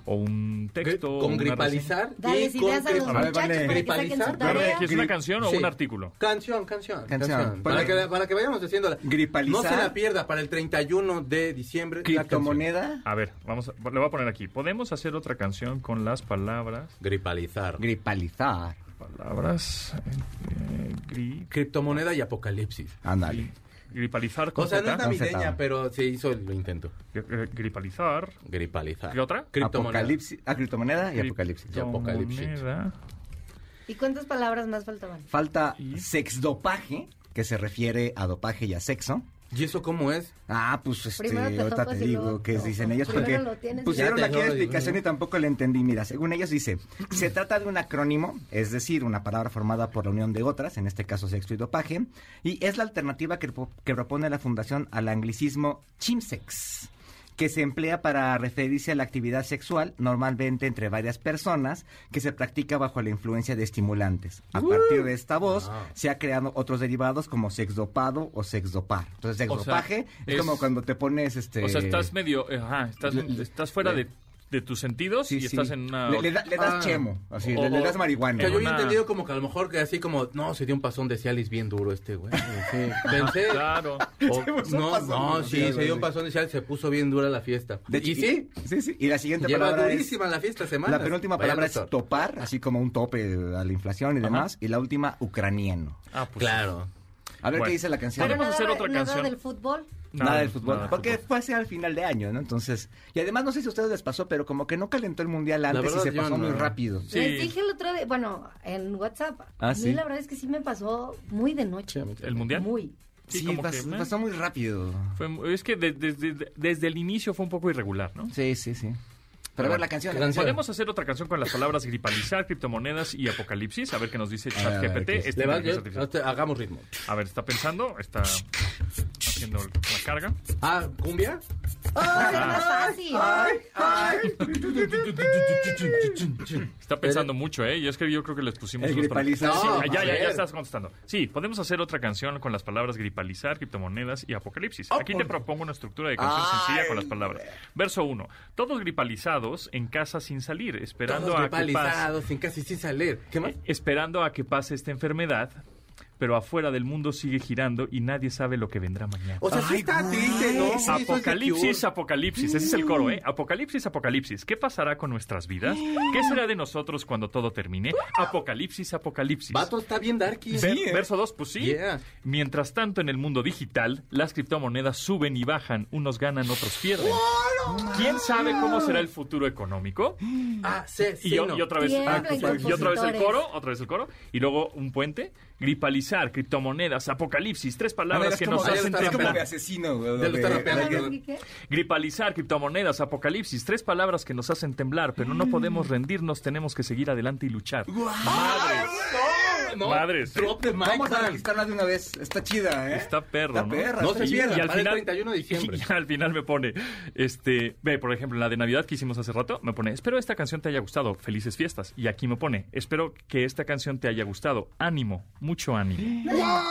[SPEAKER 2] o un texto.
[SPEAKER 3] Con
[SPEAKER 2] una
[SPEAKER 3] gripalizar. y
[SPEAKER 7] Dales
[SPEAKER 3] con
[SPEAKER 7] ideas a los
[SPEAKER 3] grip-
[SPEAKER 4] ver, ponle.
[SPEAKER 7] muchachos para que saquen su
[SPEAKER 3] Gripalizar.
[SPEAKER 2] reseña.
[SPEAKER 7] tarea.
[SPEAKER 2] ¿Aquí es una
[SPEAKER 4] Gri-
[SPEAKER 2] canción o
[SPEAKER 3] Sí.
[SPEAKER 2] un artículo?
[SPEAKER 3] Canción, canción.
[SPEAKER 4] Canción.
[SPEAKER 3] Para,
[SPEAKER 4] Ponle.
[SPEAKER 3] que, para que vayamos haciéndola.
[SPEAKER 4] Gripalizar.
[SPEAKER 3] No se la pierda para el 31 de diciembre. la canción.
[SPEAKER 4] Criptomoneda.
[SPEAKER 2] A ver, vamos a- le voy a poner aquí. Podemos hacer otra canción con las palabras.
[SPEAKER 3] Gripalizar.
[SPEAKER 4] Gripalizar.
[SPEAKER 2] Palabras. eh, gri-
[SPEAKER 3] Criptomoneda y apocalipsis.
[SPEAKER 4] Ándale.
[SPEAKER 2] gripalizar. con
[SPEAKER 3] O sea, no es
[SPEAKER 2] Z.
[SPEAKER 4] está-
[SPEAKER 3] navideña, pero se hizo el intento.
[SPEAKER 2] Gri- eh, Gripalizar.
[SPEAKER 3] Gripalizar.
[SPEAKER 2] ¿Qué otra?
[SPEAKER 3] Criptomoneda.
[SPEAKER 4] Apocalipsis. Ah, criptomoneda y
[SPEAKER 2] Cri-
[SPEAKER 4] apocalipsis.
[SPEAKER 3] Y apocalipsis.
[SPEAKER 2] moneda.
[SPEAKER 7] ¿Y cuántas palabras más faltaban?
[SPEAKER 4] Falta
[SPEAKER 2] Y-
[SPEAKER 4] sexdopaje, que se refiere a dopaje y a sexo.
[SPEAKER 3] ¿Y eso cómo es?
[SPEAKER 4] Ah, pues este,
[SPEAKER 7] Primero te
[SPEAKER 4] ahorita
[SPEAKER 7] topas
[SPEAKER 4] te
[SPEAKER 7] y luego-
[SPEAKER 4] digo que dicen ellos porque
[SPEAKER 7] Primero lo tienes y
[SPEAKER 4] pusieron
[SPEAKER 3] luego-
[SPEAKER 4] aquí la explicación y tampoco la entendí. Mira, según ellos dice, se trata de un acrónimo, es decir, una palabra formada por la unión de otras, en este caso sexo y dopaje, y es la alternativa que, propo- que propone la fundación al anglicismo chimsex que se emplea para referirse a la actividad sexual, normalmente entre varias personas, que se practica bajo la influencia de estimulantes. A partir de esta voz
[SPEAKER 3] Ah.
[SPEAKER 4] se ha creado otros derivados como sexdopado o sexdopar. Entonces,
[SPEAKER 2] O sea,
[SPEAKER 4] sexdopaje es,
[SPEAKER 2] es-
[SPEAKER 4] como cuando te pones este...
[SPEAKER 2] O sea, estás medio. eh, Ajá, estás,
[SPEAKER 4] Le-
[SPEAKER 2] estás fuera de, de tus sentidos
[SPEAKER 4] Sí,
[SPEAKER 2] y
[SPEAKER 4] sí.
[SPEAKER 2] estás en una.
[SPEAKER 4] Le, le da- le das
[SPEAKER 3] Ah.
[SPEAKER 4] chemo, así,
[SPEAKER 2] O-
[SPEAKER 4] le, le
[SPEAKER 2] o-
[SPEAKER 4] das marihuana.
[SPEAKER 3] Que yo
[SPEAKER 2] Una-
[SPEAKER 3] había entendido como que a lo mejor que así como, no, se dio un pasón de Cialis bien duro este güey. Sí. Pensé.
[SPEAKER 2] Claro.
[SPEAKER 3] O-
[SPEAKER 4] puso un
[SPEAKER 3] no,
[SPEAKER 4] pasón
[SPEAKER 3] no,
[SPEAKER 4] de
[SPEAKER 3] sí,
[SPEAKER 4] Cialis,
[SPEAKER 3] se dio un
[SPEAKER 4] güey.
[SPEAKER 3] pasón de Cialis, se puso bien dura la fiesta.
[SPEAKER 4] De
[SPEAKER 3] y
[SPEAKER 4] chiquito.
[SPEAKER 3] sí,
[SPEAKER 4] Sí, sí. Y la siguiente
[SPEAKER 3] lleva
[SPEAKER 4] palabra es...
[SPEAKER 3] durísima la fiesta semana.
[SPEAKER 4] La penúltima palabra es topar, así como un tope a la inflación y demás. Y la última, ucraniano.
[SPEAKER 2] Ah, pues.
[SPEAKER 3] Claro.
[SPEAKER 4] A ver
[SPEAKER 2] Bueno.
[SPEAKER 4] qué dice la canción.
[SPEAKER 2] Podemos
[SPEAKER 7] Nada-
[SPEAKER 2] hacer otra
[SPEAKER 7] nada
[SPEAKER 2] canción.
[SPEAKER 7] del fútbol.
[SPEAKER 4] Nada, del fútbol.
[SPEAKER 2] nada del
[SPEAKER 4] porque
[SPEAKER 2] fútbol.
[SPEAKER 4] fue hacia el final de año, ¿no? Entonces, y además no sé si a ustedes les pasó, pero como que no calentó el mundial antes
[SPEAKER 3] verdad,
[SPEAKER 4] y se
[SPEAKER 3] yo
[SPEAKER 4] pasó
[SPEAKER 3] no.
[SPEAKER 4] muy rápido.
[SPEAKER 2] Sí.
[SPEAKER 7] Les dije el otro día, bueno, en WhatsApp.
[SPEAKER 4] Ah,
[SPEAKER 7] a mí
[SPEAKER 4] sí.
[SPEAKER 7] la verdad es que sí me pasó muy de noche.
[SPEAKER 2] ¿El mundial?
[SPEAKER 7] Muy.
[SPEAKER 2] Sí,
[SPEAKER 4] Sí,
[SPEAKER 2] como
[SPEAKER 4] pas-
[SPEAKER 2] que, ¿no?
[SPEAKER 4] pasó muy rápido.
[SPEAKER 2] Fue mu- es que de- desde- de- desde el inicio fue un poco irregular, ¿no?
[SPEAKER 4] Sí, sí, sí. Pero a ver la canción.
[SPEAKER 3] Gran- Canción.
[SPEAKER 2] Podemos hacer otra canción con las palabras gripalizar, criptomonedas y apocalipsis. A ver qué nos dice
[SPEAKER 4] A ver, a ver,
[SPEAKER 2] ChatGPT.
[SPEAKER 4] ¿qué es?
[SPEAKER 2] Este
[SPEAKER 3] Le va-
[SPEAKER 2] inteligencia
[SPEAKER 3] yo-
[SPEAKER 2] artificial.
[SPEAKER 3] te- hagamos ritmo.
[SPEAKER 2] A ver, está pensando, está haciendo la carga.
[SPEAKER 3] Ah, ¿cumbia?
[SPEAKER 7] Va a ser más fácil.
[SPEAKER 2] Está pensando mucho, ¿eh? Yo es que yo creo que les pusimos...
[SPEAKER 4] El
[SPEAKER 2] unos para-
[SPEAKER 4] gripalizar.
[SPEAKER 2] Sí,
[SPEAKER 3] No,
[SPEAKER 2] ya, ya,
[SPEAKER 3] a
[SPEAKER 2] ya
[SPEAKER 3] ver.
[SPEAKER 2] estás contestando. Sí, podemos hacer otra canción con las palabras gripalizar, criptomonedas y apocalipsis.
[SPEAKER 3] Oh,
[SPEAKER 2] Aquí te propongo una estructura de canción sencilla con las palabras. Verso 1. Todos gripalizados en casa sin salir, esperando
[SPEAKER 3] Todos
[SPEAKER 2] a que pase...
[SPEAKER 3] gripalizados, sin casi sin salir. ¿Qué más?
[SPEAKER 2] esperando a que pase esta enfermedad, pero afuera del mundo sigue girando y nadie sabe lo que vendrá mañana.
[SPEAKER 3] O sea, sí
[SPEAKER 4] Ay,
[SPEAKER 3] está
[SPEAKER 4] güey.
[SPEAKER 3] triste, ¿no? Sí, eso es
[SPEAKER 2] Apocalipsis,
[SPEAKER 3] de Cure. Mm.
[SPEAKER 2] apocalipsis, ese es el coro, ¿eh? Apocalipsis, apocalipsis. ¿Qué pasará con nuestras vidas? ¿Qué será de nosotros cuando todo termine? Apocalipsis, apocalipsis.
[SPEAKER 3] Vato está bien darky.
[SPEAKER 2] Ver- Verso 2, pues sí.
[SPEAKER 3] Yeah.
[SPEAKER 2] Mientras tanto, en el mundo digital, las criptomonedas suben y bajan, unos ganan, otros pierden. ¿Quién sabe cómo será el futuro económico?
[SPEAKER 3] Ah, sí,
[SPEAKER 2] Y,
[SPEAKER 3] sí,
[SPEAKER 2] yo-
[SPEAKER 3] no.
[SPEAKER 2] y otra vez,
[SPEAKER 7] Tiemblen
[SPEAKER 2] ah, y otra vez el
[SPEAKER 7] compositores.
[SPEAKER 2] coro, otra vez el coro, y luego un puente, gripalizar, criptomonedas, apocalipsis, tres
[SPEAKER 4] A ver,
[SPEAKER 2] palabras
[SPEAKER 4] es
[SPEAKER 2] que
[SPEAKER 4] como-
[SPEAKER 2] nos
[SPEAKER 3] ya lo
[SPEAKER 2] hacen
[SPEAKER 3] está
[SPEAKER 4] es como
[SPEAKER 2] temblar.
[SPEAKER 4] de asesino. güey,
[SPEAKER 3] Ya lo está
[SPEAKER 4] de-
[SPEAKER 3] rapeando.
[SPEAKER 4] de-
[SPEAKER 3] Pero-
[SPEAKER 6] ¿Qué?
[SPEAKER 2] Gripalizar, criptomonedas, apocalipsis, tres palabras que nos hacen temblar, pero no podemos rendirnos, tenemos que seguir adelante y luchar. Madres.
[SPEAKER 3] No,
[SPEAKER 2] Madres.
[SPEAKER 3] Drop the mic,
[SPEAKER 4] Vamos a
[SPEAKER 3] man.
[SPEAKER 4] registrarla de una vez. Está chida, ¿eh?
[SPEAKER 2] Está perro,
[SPEAKER 4] Está
[SPEAKER 2] ¿no?
[SPEAKER 4] perra.
[SPEAKER 3] No
[SPEAKER 4] está
[SPEAKER 3] se
[SPEAKER 4] chida.
[SPEAKER 3] pierdan.
[SPEAKER 2] Y al
[SPEAKER 3] Para el
[SPEAKER 2] final,
[SPEAKER 3] 31 de diciembre.
[SPEAKER 2] y al final me pone, este, ve, por ejemplo, la de Navidad que hicimos hace rato, me pone, espero esta canción te haya gustado, felices fiestas. Y aquí me pone, espero que esta canción te haya gustado, ánimo, mucho ánimo.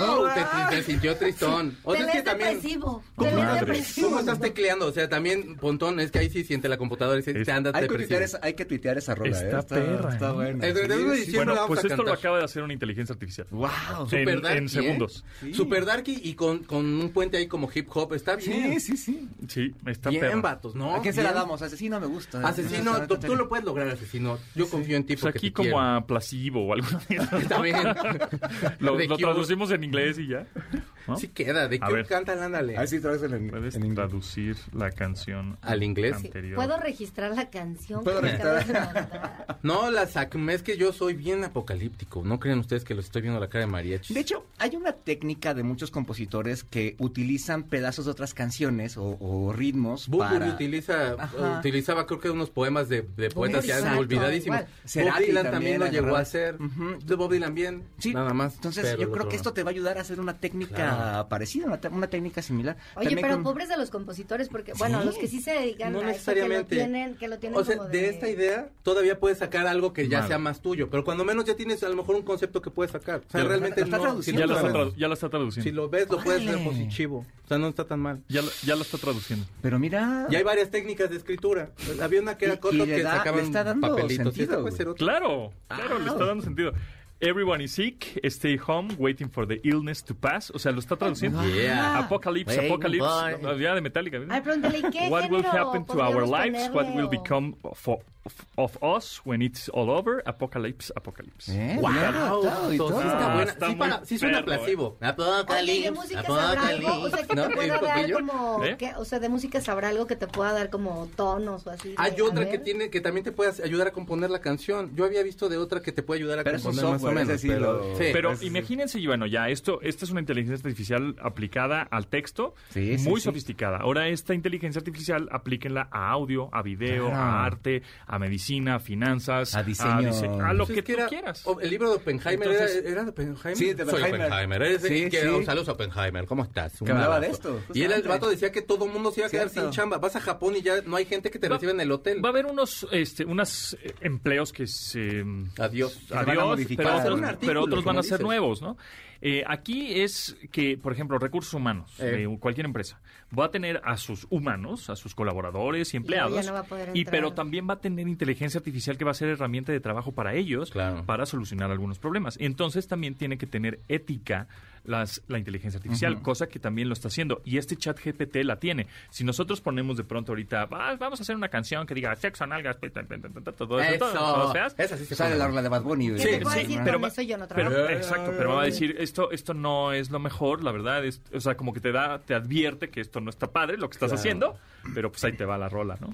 [SPEAKER 3] Oh, te, te- te sintió tristón. O
[SPEAKER 7] Te
[SPEAKER 3] sea, es que
[SPEAKER 7] lees
[SPEAKER 3] también.
[SPEAKER 7] depresivo.
[SPEAKER 2] Con
[SPEAKER 7] Te lees
[SPEAKER 2] madre.
[SPEAKER 7] depresivo.
[SPEAKER 3] ¿Cómo estás tecleando? O sea, también, Pontón, es que ahí sí siente la computadora y dice,
[SPEAKER 2] Es-
[SPEAKER 3] te andas
[SPEAKER 4] Hay que, tuitear
[SPEAKER 3] depresivo.
[SPEAKER 4] esa, hay que tuitear esa rola,
[SPEAKER 2] Está
[SPEAKER 4] ¿eh?
[SPEAKER 2] perra,
[SPEAKER 4] Está
[SPEAKER 2] ¿eh?
[SPEAKER 4] buena.
[SPEAKER 3] El 31 de diciembre
[SPEAKER 2] Bueno,
[SPEAKER 3] la vamos
[SPEAKER 2] pues
[SPEAKER 3] a
[SPEAKER 2] esto lo
[SPEAKER 3] cantar.
[SPEAKER 2] acaba de hacer una inteligencia artificial.
[SPEAKER 4] ¡Wow!
[SPEAKER 2] En-
[SPEAKER 3] Super darky,
[SPEAKER 2] en
[SPEAKER 3] ¿eh?
[SPEAKER 2] segundos.
[SPEAKER 3] Super darky y con, con un puente ahí como hip hop. Está bien.
[SPEAKER 4] Sí, sí, sí.
[SPEAKER 2] Sí, está
[SPEAKER 3] bien,
[SPEAKER 2] perro.
[SPEAKER 3] vatos, ¿no?
[SPEAKER 4] ¿A quién se la
[SPEAKER 3] Bien.
[SPEAKER 4] damos? Asesino me gusta.
[SPEAKER 3] Asesino, tú, tú lo puedes lograr, asesino. Yo confío en ti
[SPEAKER 2] Pues
[SPEAKER 3] porque
[SPEAKER 2] aquí
[SPEAKER 3] te
[SPEAKER 2] como
[SPEAKER 3] quiero.
[SPEAKER 2] a placebo o algo así.
[SPEAKER 3] Está bien.
[SPEAKER 2] Lo,
[SPEAKER 3] The
[SPEAKER 2] lo
[SPEAKER 3] Cure.
[SPEAKER 2] traducimos en inglés y ya. ¿no?
[SPEAKER 3] Sí queda, ¿de
[SPEAKER 2] A
[SPEAKER 3] qué
[SPEAKER 2] ver.
[SPEAKER 3] cantan? Ándale.
[SPEAKER 4] A ver si traes el en,
[SPEAKER 2] Puedes
[SPEAKER 4] en inglés.
[SPEAKER 2] traducir la canción
[SPEAKER 3] ¿Al inglés?
[SPEAKER 7] Sí,
[SPEAKER 2] anterior.
[SPEAKER 7] ¿Puedo registrar la canción?
[SPEAKER 4] Puedo
[SPEAKER 7] que me
[SPEAKER 4] registrar.
[SPEAKER 7] acabas de mandar?
[SPEAKER 3] No, la sac... es que yo soy bien apocalíptico. No crean ustedes que les estoy viendo la cara de mariachi.
[SPEAKER 4] De hecho, hay una técnica de muchos compositores que utilizan pedazos de otras canciones o, o ritmos
[SPEAKER 3] Bunbury
[SPEAKER 4] para...
[SPEAKER 3] utiliza, eh,
[SPEAKER 4] Ajá.
[SPEAKER 3] utilizaba creo que unos poemas de, de poetas ya
[SPEAKER 7] Exacto,
[SPEAKER 3] olvidadísimos.
[SPEAKER 7] igual.
[SPEAKER 4] Cerati
[SPEAKER 3] Bob Dylan
[SPEAKER 4] también
[SPEAKER 3] también lo
[SPEAKER 4] agarraba.
[SPEAKER 3] llegó a hacer.
[SPEAKER 4] Ujú.
[SPEAKER 3] De Bob Dylan bien,
[SPEAKER 4] Sí,
[SPEAKER 3] nada más.
[SPEAKER 4] Entonces,
[SPEAKER 3] pero
[SPEAKER 4] yo
[SPEAKER 3] el
[SPEAKER 4] creo
[SPEAKER 3] otro
[SPEAKER 4] que
[SPEAKER 3] no.
[SPEAKER 4] esto te va a ayudar a hacer una técnica
[SPEAKER 3] Claro.
[SPEAKER 4] parecida, una, te- una técnica similar.
[SPEAKER 7] Oye,
[SPEAKER 4] También
[SPEAKER 7] pero
[SPEAKER 4] con-
[SPEAKER 7] pobres de los compositores, porque, bueno, los que sí se dedican
[SPEAKER 3] no
[SPEAKER 7] a eso, que lo
[SPEAKER 3] necesariamente.
[SPEAKER 7] tienen, que lo tienen
[SPEAKER 3] o sea,
[SPEAKER 7] como
[SPEAKER 3] de... esta idea todavía puedes sacar algo que ya
[SPEAKER 2] Madre.
[SPEAKER 3] sea más tuyo, pero cuando menos ya tienes a lo mejor un concepto que puedes sacar. O sea,
[SPEAKER 4] Pero
[SPEAKER 3] realmente
[SPEAKER 4] está
[SPEAKER 3] no-
[SPEAKER 4] traduciendo,
[SPEAKER 2] Ya
[SPEAKER 3] si,
[SPEAKER 2] la
[SPEAKER 3] lo
[SPEAKER 2] está,
[SPEAKER 4] Claro.
[SPEAKER 2] tradu-
[SPEAKER 3] ves,
[SPEAKER 2] ya la está traduciendo.
[SPEAKER 3] si lo ves, lo puedes ver
[SPEAKER 4] Órale.
[SPEAKER 3] positivo. O sea, no está tan mal.
[SPEAKER 2] Ya, la- ya la está traduciendo.
[SPEAKER 4] Pero mira...
[SPEAKER 3] Y hay varias técnicas de escritura. Había una que
[SPEAKER 4] Y-
[SPEAKER 3] era
[SPEAKER 4] y
[SPEAKER 3] corto
[SPEAKER 4] le
[SPEAKER 3] que
[SPEAKER 4] da-
[SPEAKER 3] sacaban
[SPEAKER 4] le está dando
[SPEAKER 3] papelitos.
[SPEAKER 4] sentido,
[SPEAKER 3] Esta puede
[SPEAKER 4] güey.
[SPEAKER 3] ser otra.
[SPEAKER 2] Claro,
[SPEAKER 3] Ah.
[SPEAKER 2] claro, le está dando sentido. Everyone is sick, stay home, waiting for the illness to pass. O sea, lo está traduciendo.
[SPEAKER 3] Yeah.
[SPEAKER 2] Apocalypse,
[SPEAKER 3] Ah. Waiting
[SPEAKER 2] apocalypse.
[SPEAKER 3] for-
[SPEAKER 2] No, Ya de Metallica.
[SPEAKER 7] Ay, pregúntale, ¿qué
[SPEAKER 2] What will
[SPEAKER 7] género
[SPEAKER 2] happen to our
[SPEAKER 7] podríamos
[SPEAKER 2] lives? What
[SPEAKER 7] ponerle
[SPEAKER 2] will
[SPEAKER 7] o-
[SPEAKER 2] become of, of- of us when it's all over? Apocalypse, apocalypse.
[SPEAKER 4] ¿Eh?
[SPEAKER 3] Wow,
[SPEAKER 4] Bien adaptado y todo.
[SPEAKER 3] sí está
[SPEAKER 2] Ah,
[SPEAKER 3] buena.
[SPEAKER 2] está
[SPEAKER 3] sí,
[SPEAKER 2] muy
[SPEAKER 3] para- sí suena
[SPEAKER 2] perro, eh.
[SPEAKER 3] placebo.
[SPEAKER 7] Oye,
[SPEAKER 3] Apocalipsis,
[SPEAKER 7] ¿de música sabrá algo? O sea, que
[SPEAKER 3] ¿No?
[SPEAKER 7] te
[SPEAKER 3] ¿Eh,
[SPEAKER 7] pueda dar
[SPEAKER 3] Popillo?
[SPEAKER 7] como...
[SPEAKER 2] ¿Eh?
[SPEAKER 7] que- o sea, de música sabrá algo que te pueda dar como tonos o así. de,
[SPEAKER 3] Hay
[SPEAKER 7] a
[SPEAKER 3] otra que
[SPEAKER 7] ver.
[SPEAKER 3] tiene que también te puede ayudar a componer la canción. Yo había visto de otra que te puede ayudar a
[SPEAKER 4] Pero es un
[SPEAKER 3] componer más o
[SPEAKER 4] software,
[SPEAKER 3] menos.
[SPEAKER 4] ese sí lo-
[SPEAKER 3] sí.
[SPEAKER 2] Pero
[SPEAKER 4] Pues, sí.
[SPEAKER 2] imagínense, y bueno, ya esto, esta es una inteligencia artificial aplicada al texto,
[SPEAKER 4] Sí, sí,
[SPEAKER 2] muy
[SPEAKER 4] sí.
[SPEAKER 2] sofisticada. Ahora esta inteligencia artificial aplíquenla a audio, a video,
[SPEAKER 4] Claro.
[SPEAKER 2] a arte, a medicina, a finanzas,
[SPEAKER 4] A diseño.
[SPEAKER 2] dise- a lo
[SPEAKER 3] Pues
[SPEAKER 2] que
[SPEAKER 3] es
[SPEAKER 2] tú
[SPEAKER 3] era-
[SPEAKER 2] quieras.
[SPEAKER 3] o- El libro de Oppenheimer
[SPEAKER 2] Entonces-
[SPEAKER 3] era, era de Oppenheimer.
[SPEAKER 4] Sí, de Oppenheimer.
[SPEAKER 3] Soy Oppenheimer. Eres-
[SPEAKER 4] Sí,
[SPEAKER 3] que-
[SPEAKER 4] sí.
[SPEAKER 3] un saludo a Oppenheimer. ¿Cómo estás? Un
[SPEAKER 4] Que hablaba
[SPEAKER 3] abrazo.
[SPEAKER 4] de esto,
[SPEAKER 3] Y él, el
[SPEAKER 4] justamente.
[SPEAKER 3] vato decía que todo mundo se iba a quedar
[SPEAKER 4] Cierto.
[SPEAKER 3] sin chamba. Vas a Japón y ya no hay gente que te
[SPEAKER 2] Va-
[SPEAKER 3] reciba en el hotel.
[SPEAKER 2] Va a haber unos este, unas eh, empleos que se...
[SPEAKER 3] Adiós.
[SPEAKER 4] van a
[SPEAKER 2] Adiós,
[SPEAKER 4] modificar.
[SPEAKER 2] pero
[SPEAKER 4] Va a ser
[SPEAKER 2] otros,
[SPEAKER 4] un
[SPEAKER 3] artículo,
[SPEAKER 2] pero otros van
[SPEAKER 3] como
[SPEAKER 2] a ser
[SPEAKER 3] dices.
[SPEAKER 2] nuevos, ¿no? Eh, aquí es que, por ejemplo, recursos humanos
[SPEAKER 3] Eh.
[SPEAKER 2] de cualquier empresa va a tener a sus humanos, a sus colaboradores y empleados,
[SPEAKER 7] ya no va a poder
[SPEAKER 2] y
[SPEAKER 7] entrar.
[SPEAKER 2] pero también va a tener inteligencia artificial que va a ser herramienta de trabajo para ellos,
[SPEAKER 3] Claro.
[SPEAKER 2] para solucionar algunos problemas. Entonces también tiene que tener ética. Las, la inteligencia artificial, cosa que también lo está haciendo. Y este chat GPT la tiene. Si nosotros ponemos de pronto ahorita, "Ah, vamos a hacer una canción que diga sexo, nalgas, pe- pe- pe- pe- pe- todo eso, todo, todas feas",
[SPEAKER 3] Esa sí se
[SPEAKER 4] Sale
[SPEAKER 3] pone.
[SPEAKER 4] la orla de Bad Bunny.
[SPEAKER 7] ¿Qué
[SPEAKER 4] güey.
[SPEAKER 7] te
[SPEAKER 2] Sí,
[SPEAKER 7] puedo
[SPEAKER 2] sí,
[SPEAKER 7] decir?
[SPEAKER 2] pero
[SPEAKER 7] Con
[SPEAKER 2] va-
[SPEAKER 7] eso yo no
[SPEAKER 2] pero-
[SPEAKER 7] trabajo.
[SPEAKER 2] exacto, pero va a decir, esto, esto no es lo mejor, la verdad, es- o sea, como que te da, te advierte que esto no está padre lo que estás haciendo, pero pues ahí te va la rola, ¿no?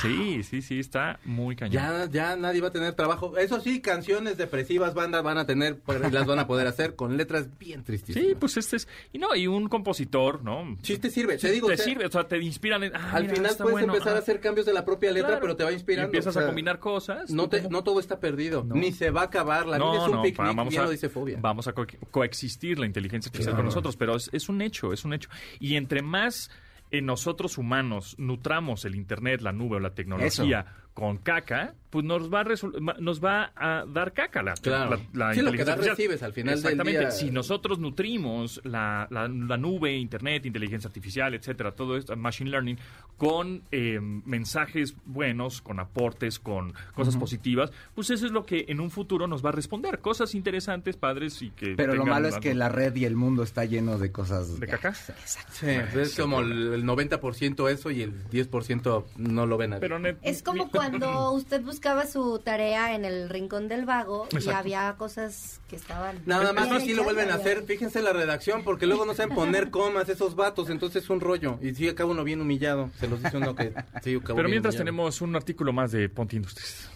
[SPEAKER 2] Sí, sí, sí, está muy cañón.
[SPEAKER 3] Ya, ya nadie va a tener trabajo. Eso sí, canciones depresivas, bandas van a tener, pero las van a poder hacer con letras bien tristísimas.
[SPEAKER 2] Sí, pues este es, y no, y un compositor, ¿no?
[SPEAKER 3] Sí te sirve, te digo,
[SPEAKER 2] te
[SPEAKER 3] o sea,
[SPEAKER 2] sirve, o sea, te inspiran en, ah,
[SPEAKER 3] Al
[SPEAKER 2] mira,
[SPEAKER 3] final
[SPEAKER 2] está
[SPEAKER 3] puedes
[SPEAKER 2] bueno,
[SPEAKER 3] empezar
[SPEAKER 2] ah,
[SPEAKER 3] a hacer cambios de la propia letra,
[SPEAKER 2] claro.
[SPEAKER 3] pero te va inspirando.
[SPEAKER 2] Y empiezas
[SPEAKER 3] o sea,
[SPEAKER 2] a combinar cosas.
[SPEAKER 3] No, te-
[SPEAKER 2] tú como-
[SPEAKER 3] no todo está perdido, ni se va a acabar. La vida es un picnic,
[SPEAKER 2] pa-
[SPEAKER 3] bien lo dice Fobia.
[SPEAKER 2] Vamos a co- coexistir la inteligencia artificial con nosotros, pero es, es un hecho, es un hecho. Y entre más eh, nosotros humanos nutramos el Internet, la nube o la tecnología con caca, pues nos va a, resul- ma- nos va a dar caca la,
[SPEAKER 3] Claro.
[SPEAKER 2] la, la
[SPEAKER 3] Sí, lo que
[SPEAKER 2] inteligencia
[SPEAKER 3] das
[SPEAKER 2] artificial.
[SPEAKER 3] recibes al final del
[SPEAKER 2] Exactamente.
[SPEAKER 3] día.
[SPEAKER 2] Si nosotros nutrimos la, la- la nube, Internet, inteligencia artificial, etcétera, todo esto, machine learning, con eh, mensajes buenos, con aportes, con cosas positivas, pues eso es lo que en un futuro nos va a responder. Cosas interesantes, padres y que.
[SPEAKER 4] Pero lo
[SPEAKER 2] tengan
[SPEAKER 4] malo es
[SPEAKER 2] algo
[SPEAKER 4] que la red y el mundo está lleno de cosas...
[SPEAKER 2] ¿De caca?
[SPEAKER 3] Sí, es como el, el 90% eso y el 10% no lo ven a
[SPEAKER 2] Pero net-
[SPEAKER 7] Es como
[SPEAKER 2] mi-
[SPEAKER 7] cuando usted buscaba su tarea en el rincón del vago y
[SPEAKER 2] Exacto.
[SPEAKER 7] había cosas que estaban.
[SPEAKER 3] Nada más
[SPEAKER 7] bien
[SPEAKER 3] así lo
[SPEAKER 7] hechas,
[SPEAKER 3] vuelven a
[SPEAKER 7] había-
[SPEAKER 3] hacer. Fíjense la redacción, porque luego no saben poner comas esos vatos, entonces es un rollo. Y sí, acaba uno bien humillado. Se los dice uno que sí, acabó
[SPEAKER 2] Pero
[SPEAKER 3] bien
[SPEAKER 2] mientras
[SPEAKER 3] humillado.
[SPEAKER 2] tenemos un artículo más de Ponte Industries.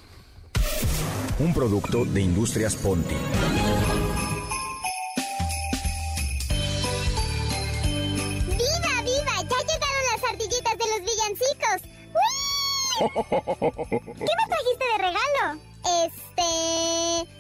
[SPEAKER 1] Un producto de Industrias Ponti.
[SPEAKER 9] ¡Viva, viva! ¡Ya llegaron las ardillitas de los villancicos! ¡Uy! ¿Qué me trajiste de regalo? Este...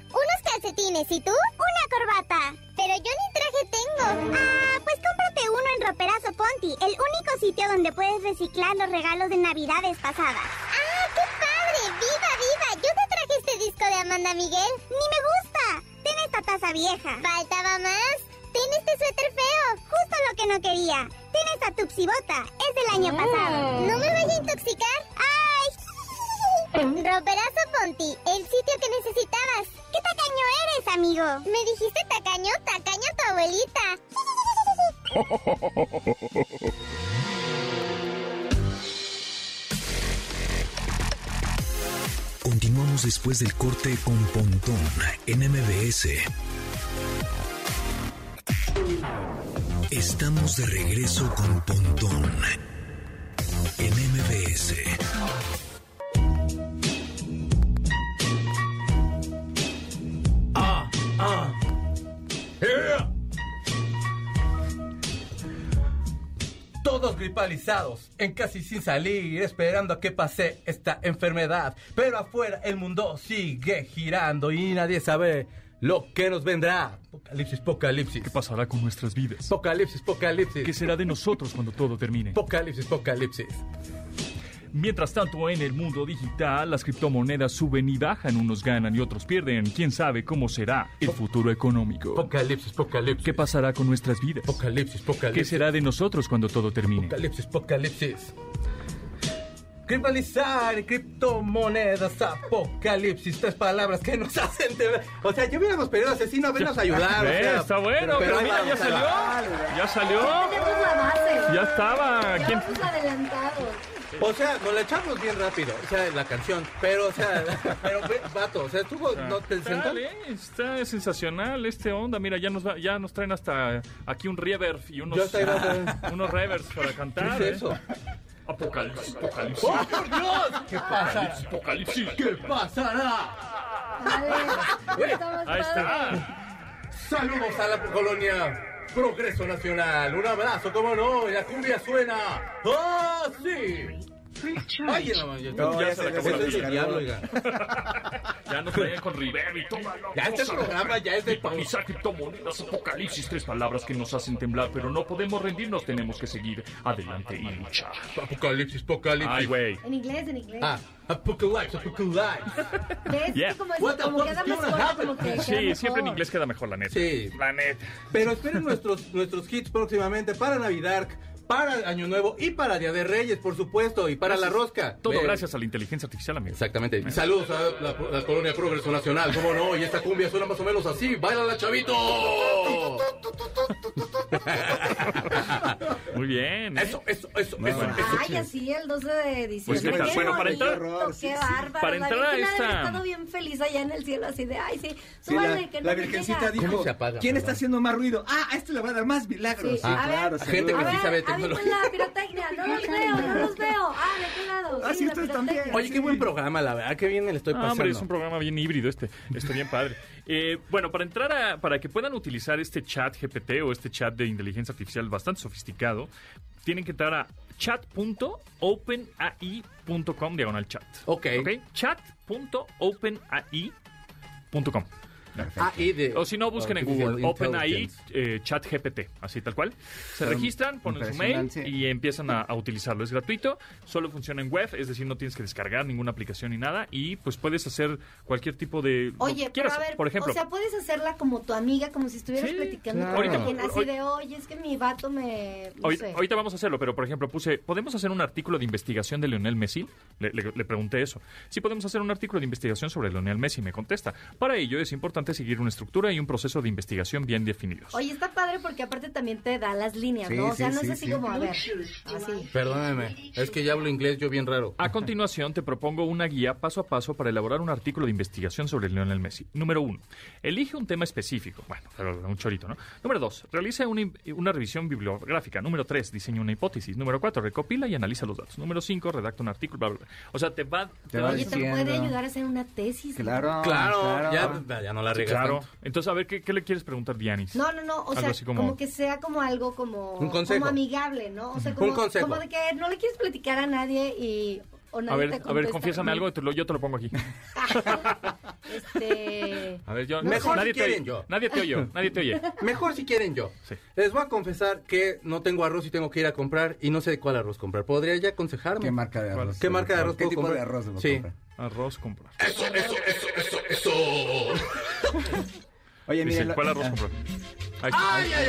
[SPEAKER 9] Unos calcetines, ¿y tú? Una corbata. Pero yo ni traje tengo. Ah, pues cómprate uno en Roperazo Ponti, el único sitio donde puedes reciclar los regalos de navidades pasadas. ¡Ah, qué padre! ¡Viva, viva! Yo te traje este disco de Amanda Miguel. ¡Ni me gusta! Ten esta taza vieja. Faltaba más. Ten este suéter feo. Justo lo que no quería. Ten esta tupsibota. Es del año pasado. Mm. No me vaya a intoxicar. ¡Ay! Roperazo Ponti, el sitio que necesitabas. ¿Qué tacaño eres, amigo? ¿Me dijiste tacaño? Tacaño tu abuelita.
[SPEAKER 1] Continuamos después del corte con Pontón en MBS. Estamos de regreso con Pontón en MBS.
[SPEAKER 3] Ah, Todos gripalizados, en casi sin salir, esperando a que pase esta enfermedad. Pero afuera el mundo sigue girando y nadie sabe lo que nos vendrá. Apocalipsis, apocalipsis.
[SPEAKER 2] ¿Qué pasará con nuestras vidas?
[SPEAKER 3] Apocalipsis,
[SPEAKER 2] ¿Qué
[SPEAKER 3] apocalipsis.
[SPEAKER 2] será de nosotros cuando todo termine?
[SPEAKER 3] Apocalipsis, apocalipsis.
[SPEAKER 2] Mientras tanto, en el mundo digital, las criptomonedas suben y bajan, unos ganan y otros pierden. ¿Quién sabe cómo será el futuro económico?
[SPEAKER 3] Apocalipsis, apocalipsis.
[SPEAKER 2] ¿Qué pasará con nuestras vidas?
[SPEAKER 3] Apocalipsis,
[SPEAKER 2] ¿Qué
[SPEAKER 3] apocalipsis.
[SPEAKER 2] será de nosotros cuando todo termine?
[SPEAKER 3] Apocalipsis, apocalipsis. Criptalizar, criptomonedas, apocalipsis, tres palabras que nos hacen de... O sea, yo hubiéramos pedido asesino a vernos a ayudar. o
[SPEAKER 2] Eh,
[SPEAKER 3] sea,
[SPEAKER 2] está bueno, pero,
[SPEAKER 3] ahí
[SPEAKER 2] mira, ya
[SPEAKER 3] vamos a
[SPEAKER 2] salió.
[SPEAKER 3] la-
[SPEAKER 2] Ya salió.
[SPEAKER 7] Tenemos la base.
[SPEAKER 2] Ya estaba. ¿Quién?
[SPEAKER 7] Llevamos adelantados.
[SPEAKER 3] O sea, nos la echamos bien rápido, o sea, la canción. Pero, o sea, pero, ve, vato, o sea, estuvo... ¿No te sientas?
[SPEAKER 2] Dale, está sensacional este onda. Mira, ya nos va- ya nos traen hasta aquí un reverb y unos,
[SPEAKER 3] Yo hasta iba a traer-
[SPEAKER 2] unos reverbs para
[SPEAKER 3] ¿Qué
[SPEAKER 2] cantar.
[SPEAKER 3] es
[SPEAKER 2] ¿eh?
[SPEAKER 3] eso?
[SPEAKER 2] Apocalipsis, apocalipsis,
[SPEAKER 3] ¡Oh, por Dios! ¿Qué pasa?
[SPEAKER 2] apocalipsis.
[SPEAKER 3] ¿Qué pasará?
[SPEAKER 7] Vale. Estamos
[SPEAKER 2] Ahí
[SPEAKER 7] padres.
[SPEAKER 2] está.
[SPEAKER 3] Saludos a la colonia Progreso Nacional. Un abrazo, cómo no. Y la cumbia suena. ¡Ah, sí! Ay, en la mañana.
[SPEAKER 4] No,
[SPEAKER 2] Ya
[SPEAKER 4] ya
[SPEAKER 2] se
[SPEAKER 4] se
[SPEAKER 2] le
[SPEAKER 4] les
[SPEAKER 2] acabó la
[SPEAKER 3] Ese es el
[SPEAKER 4] descargó.
[SPEAKER 3] diablo, oiga.
[SPEAKER 2] Ya nos traían con reverb y todo.
[SPEAKER 3] Ya este programa ya es de pausa.
[SPEAKER 2] Criptalizar criptomonedas, apocalipsis, tres palabras que nos hacen temblar, pero no podemos rendirnos, tenemos que seguir adelante y luchar.
[SPEAKER 3] Apocalipsis,
[SPEAKER 2] Ay,
[SPEAKER 3] apocalipsis.
[SPEAKER 2] güey.
[SPEAKER 7] En inglés, en inglés.
[SPEAKER 3] Ah, apocalipsis, apocalipsis.
[SPEAKER 7] ¿Ves?
[SPEAKER 2] Yeah.
[SPEAKER 7] Como, es-
[SPEAKER 3] What the
[SPEAKER 7] como
[SPEAKER 3] fuck
[SPEAKER 7] queda
[SPEAKER 3] is
[SPEAKER 7] más
[SPEAKER 3] gonna
[SPEAKER 7] fuerte,
[SPEAKER 3] happen?
[SPEAKER 7] como que queda
[SPEAKER 2] Sí, siempre en
[SPEAKER 7] mejor.
[SPEAKER 2] inglés queda mejor, la neta.
[SPEAKER 3] Sí.
[SPEAKER 2] La neta.
[SPEAKER 3] Pero esperen nuestros, nuestros hits próximamente para Navidad, para Año Nuevo y para Día de Reyes, por supuesto, y para La Rosca.
[SPEAKER 2] Todo
[SPEAKER 3] Ve-
[SPEAKER 2] gracias a la inteligencia artificial, amigo.
[SPEAKER 3] Exactamente. Y Saludos a la, la colonia Progreso Nacional, ¿cómo no? Y esta cumbia suena más o menos así. ¡Bailala, chavito!
[SPEAKER 2] Muy bien. ¿eh?
[SPEAKER 3] Eso, eso, eso,
[SPEAKER 4] No,
[SPEAKER 3] eso.
[SPEAKER 4] no.
[SPEAKER 3] eso.
[SPEAKER 7] Ay, así el 12 de diciembre.
[SPEAKER 2] Pues, ¿qué tal?
[SPEAKER 7] Qué
[SPEAKER 2] Bueno, para entrar-
[SPEAKER 7] bonito,
[SPEAKER 4] Sí,
[SPEAKER 7] Qué
[SPEAKER 4] sí.
[SPEAKER 7] bárbaro.
[SPEAKER 2] Para entrar a
[SPEAKER 7] la Virgen ha de haber
[SPEAKER 2] esta-
[SPEAKER 7] estado bien feliz allá en el cielo, así de, ay, sí,
[SPEAKER 4] Sí, la,
[SPEAKER 7] súbanle, que no
[SPEAKER 4] la
[SPEAKER 7] me
[SPEAKER 4] virgencita
[SPEAKER 7] llega.
[SPEAKER 4] dijo,
[SPEAKER 3] ¿Cómo se apaga,
[SPEAKER 4] ¿quién está
[SPEAKER 3] perdón?
[SPEAKER 4] haciendo más ruido? Ah, a este le va a dar más milagros.
[SPEAKER 7] Sí,
[SPEAKER 4] Sí,
[SPEAKER 7] a ver,
[SPEAKER 4] claro,
[SPEAKER 7] a
[SPEAKER 3] gente
[SPEAKER 4] seguro.
[SPEAKER 3] que
[SPEAKER 7] A
[SPEAKER 3] sí sabe
[SPEAKER 7] ver, avienten
[SPEAKER 3] tecnología.
[SPEAKER 7] la pirotecnia. No los veo, no los veo. Ah, ¿de qué lado?
[SPEAKER 4] Ah, sí,
[SPEAKER 7] la
[SPEAKER 4] ustedes también.
[SPEAKER 7] pirotecnia.
[SPEAKER 3] Oye, qué buen programa, la verdad, qué bien le estoy
[SPEAKER 2] Ah,
[SPEAKER 3] pasando.
[SPEAKER 2] hombre, es un programa bien híbrido este, está bien padre. Eh, bueno, para entrar a, para que puedan utilizar este chat GPT o este chat de inteligencia artificial bastante sofisticado, tienen que entrar a chat.openai.com diagonal chat.
[SPEAKER 3] Ok.
[SPEAKER 2] Chat.openai.com.
[SPEAKER 3] Ah, y de-
[SPEAKER 2] O si no, busquen en
[SPEAKER 3] Artificial
[SPEAKER 2] Google OpenAI
[SPEAKER 3] Intelligence.
[SPEAKER 2] eh, ChatGPT, así tal cual. Se
[SPEAKER 4] Está
[SPEAKER 2] registran, ponen su mail
[SPEAKER 4] impresionante.
[SPEAKER 2] y empiezan a, a utilizarlo. Es gratuito, solo funciona en web, es decir, no tienes que descargar ninguna aplicación ni nada y pues puedes hacer cualquier tipo de... lo
[SPEAKER 7] Oye,
[SPEAKER 2] que
[SPEAKER 7] pero
[SPEAKER 2] quieras,
[SPEAKER 7] a ver,
[SPEAKER 2] por ejemplo.
[SPEAKER 7] o sea, puedes hacerla como tu amiga, como si estuvieras
[SPEAKER 2] Sí,
[SPEAKER 7] platicando
[SPEAKER 4] claro.
[SPEAKER 7] con
[SPEAKER 4] Ahorita-
[SPEAKER 7] alguien, así
[SPEAKER 2] hoy-
[SPEAKER 7] de, oye, es que mi vato me, no
[SPEAKER 2] Ahorita,
[SPEAKER 7] sé.
[SPEAKER 2] ahorita vamos a hacerlo, pero por ejemplo puse, ¿podemos hacer un artículo de investigación de Lionel Messi? Le, le- le pregunté eso. Sí, podemos hacer un artículo de investigación sobre Lionel Messi, me contesta. Para ello es importante importante seguir una estructura y un proceso de investigación bien definidos.
[SPEAKER 7] Oye, está padre porque aparte también te da las líneas,
[SPEAKER 4] Sí,
[SPEAKER 7] ¿no? O
[SPEAKER 4] sí,
[SPEAKER 7] sea, no
[SPEAKER 4] sí,
[SPEAKER 7] es así
[SPEAKER 4] sí.
[SPEAKER 7] como, a ver, así.
[SPEAKER 3] Perdóname, es que ya hablo inglés yo bien raro.
[SPEAKER 2] A continuación, te propongo una guía paso a paso para elaborar un artículo de investigación sobre Lionel Messi. Número uno, elige un tema específico. Bueno, pero un chorito, ¿no? Número dos, realiza una, una revisión bibliográfica. Número tres, diseña una hipótesis. Número cuatro, recopila y analiza los datos. Número cinco, redacta un artículo, bla, bla, bla. O sea, te va...
[SPEAKER 4] Te va
[SPEAKER 7] Oye, te puede
[SPEAKER 4] diciendo.
[SPEAKER 7] ayudar a hacer una tesis. ¿no?
[SPEAKER 4] Claro,
[SPEAKER 3] Ah, Claro,
[SPEAKER 4] claro.
[SPEAKER 3] Ya, ya no la
[SPEAKER 2] Sí,
[SPEAKER 3] regas
[SPEAKER 2] claro.
[SPEAKER 3] tanto.
[SPEAKER 2] Entonces, a ver, ¿qué, qué le quieres preguntar, Dianis?
[SPEAKER 7] No, no, no, o
[SPEAKER 2] Algo
[SPEAKER 7] sea,
[SPEAKER 2] así como-
[SPEAKER 7] como... que sea como algo como,
[SPEAKER 3] Un consejo.
[SPEAKER 7] como amigable, ¿no? O sea,
[SPEAKER 3] Un
[SPEAKER 7] como,
[SPEAKER 3] consejo.
[SPEAKER 7] como de que no le quieres platicar a nadie y o nadie
[SPEAKER 2] A ver,
[SPEAKER 7] te
[SPEAKER 2] a ver,
[SPEAKER 7] contesta.
[SPEAKER 2] confiésame algo, te lo- yo te lo pongo aquí.
[SPEAKER 7] Este,
[SPEAKER 2] A ver, yo...
[SPEAKER 3] No Mejor
[SPEAKER 2] nadie
[SPEAKER 3] si quieren
[SPEAKER 2] te,
[SPEAKER 3] yo.
[SPEAKER 2] Nadie te oyó, nadie te oye.
[SPEAKER 3] Mejor si quieren yo.
[SPEAKER 2] Sí.
[SPEAKER 3] Les voy a confesar que no tengo arroz y tengo que ir a comprar y no sé de cuál arroz comprar. ¿Podría ya aconsejarme?
[SPEAKER 4] ¿Qué marca de arroz?
[SPEAKER 3] ¿Qué marca de arroz
[SPEAKER 4] ¿Qué
[SPEAKER 3] puedo
[SPEAKER 4] tipo de
[SPEAKER 3] comprar?
[SPEAKER 4] arroz debo
[SPEAKER 3] Sí.
[SPEAKER 4] comprar?
[SPEAKER 2] Arroz comprar.
[SPEAKER 4] Oye, mira,
[SPEAKER 2] Dice,
[SPEAKER 4] lo-
[SPEAKER 2] ¿cuál arroz
[SPEAKER 4] ah,
[SPEAKER 2] comprar? Ahí está.
[SPEAKER 3] ¡Ay, ay,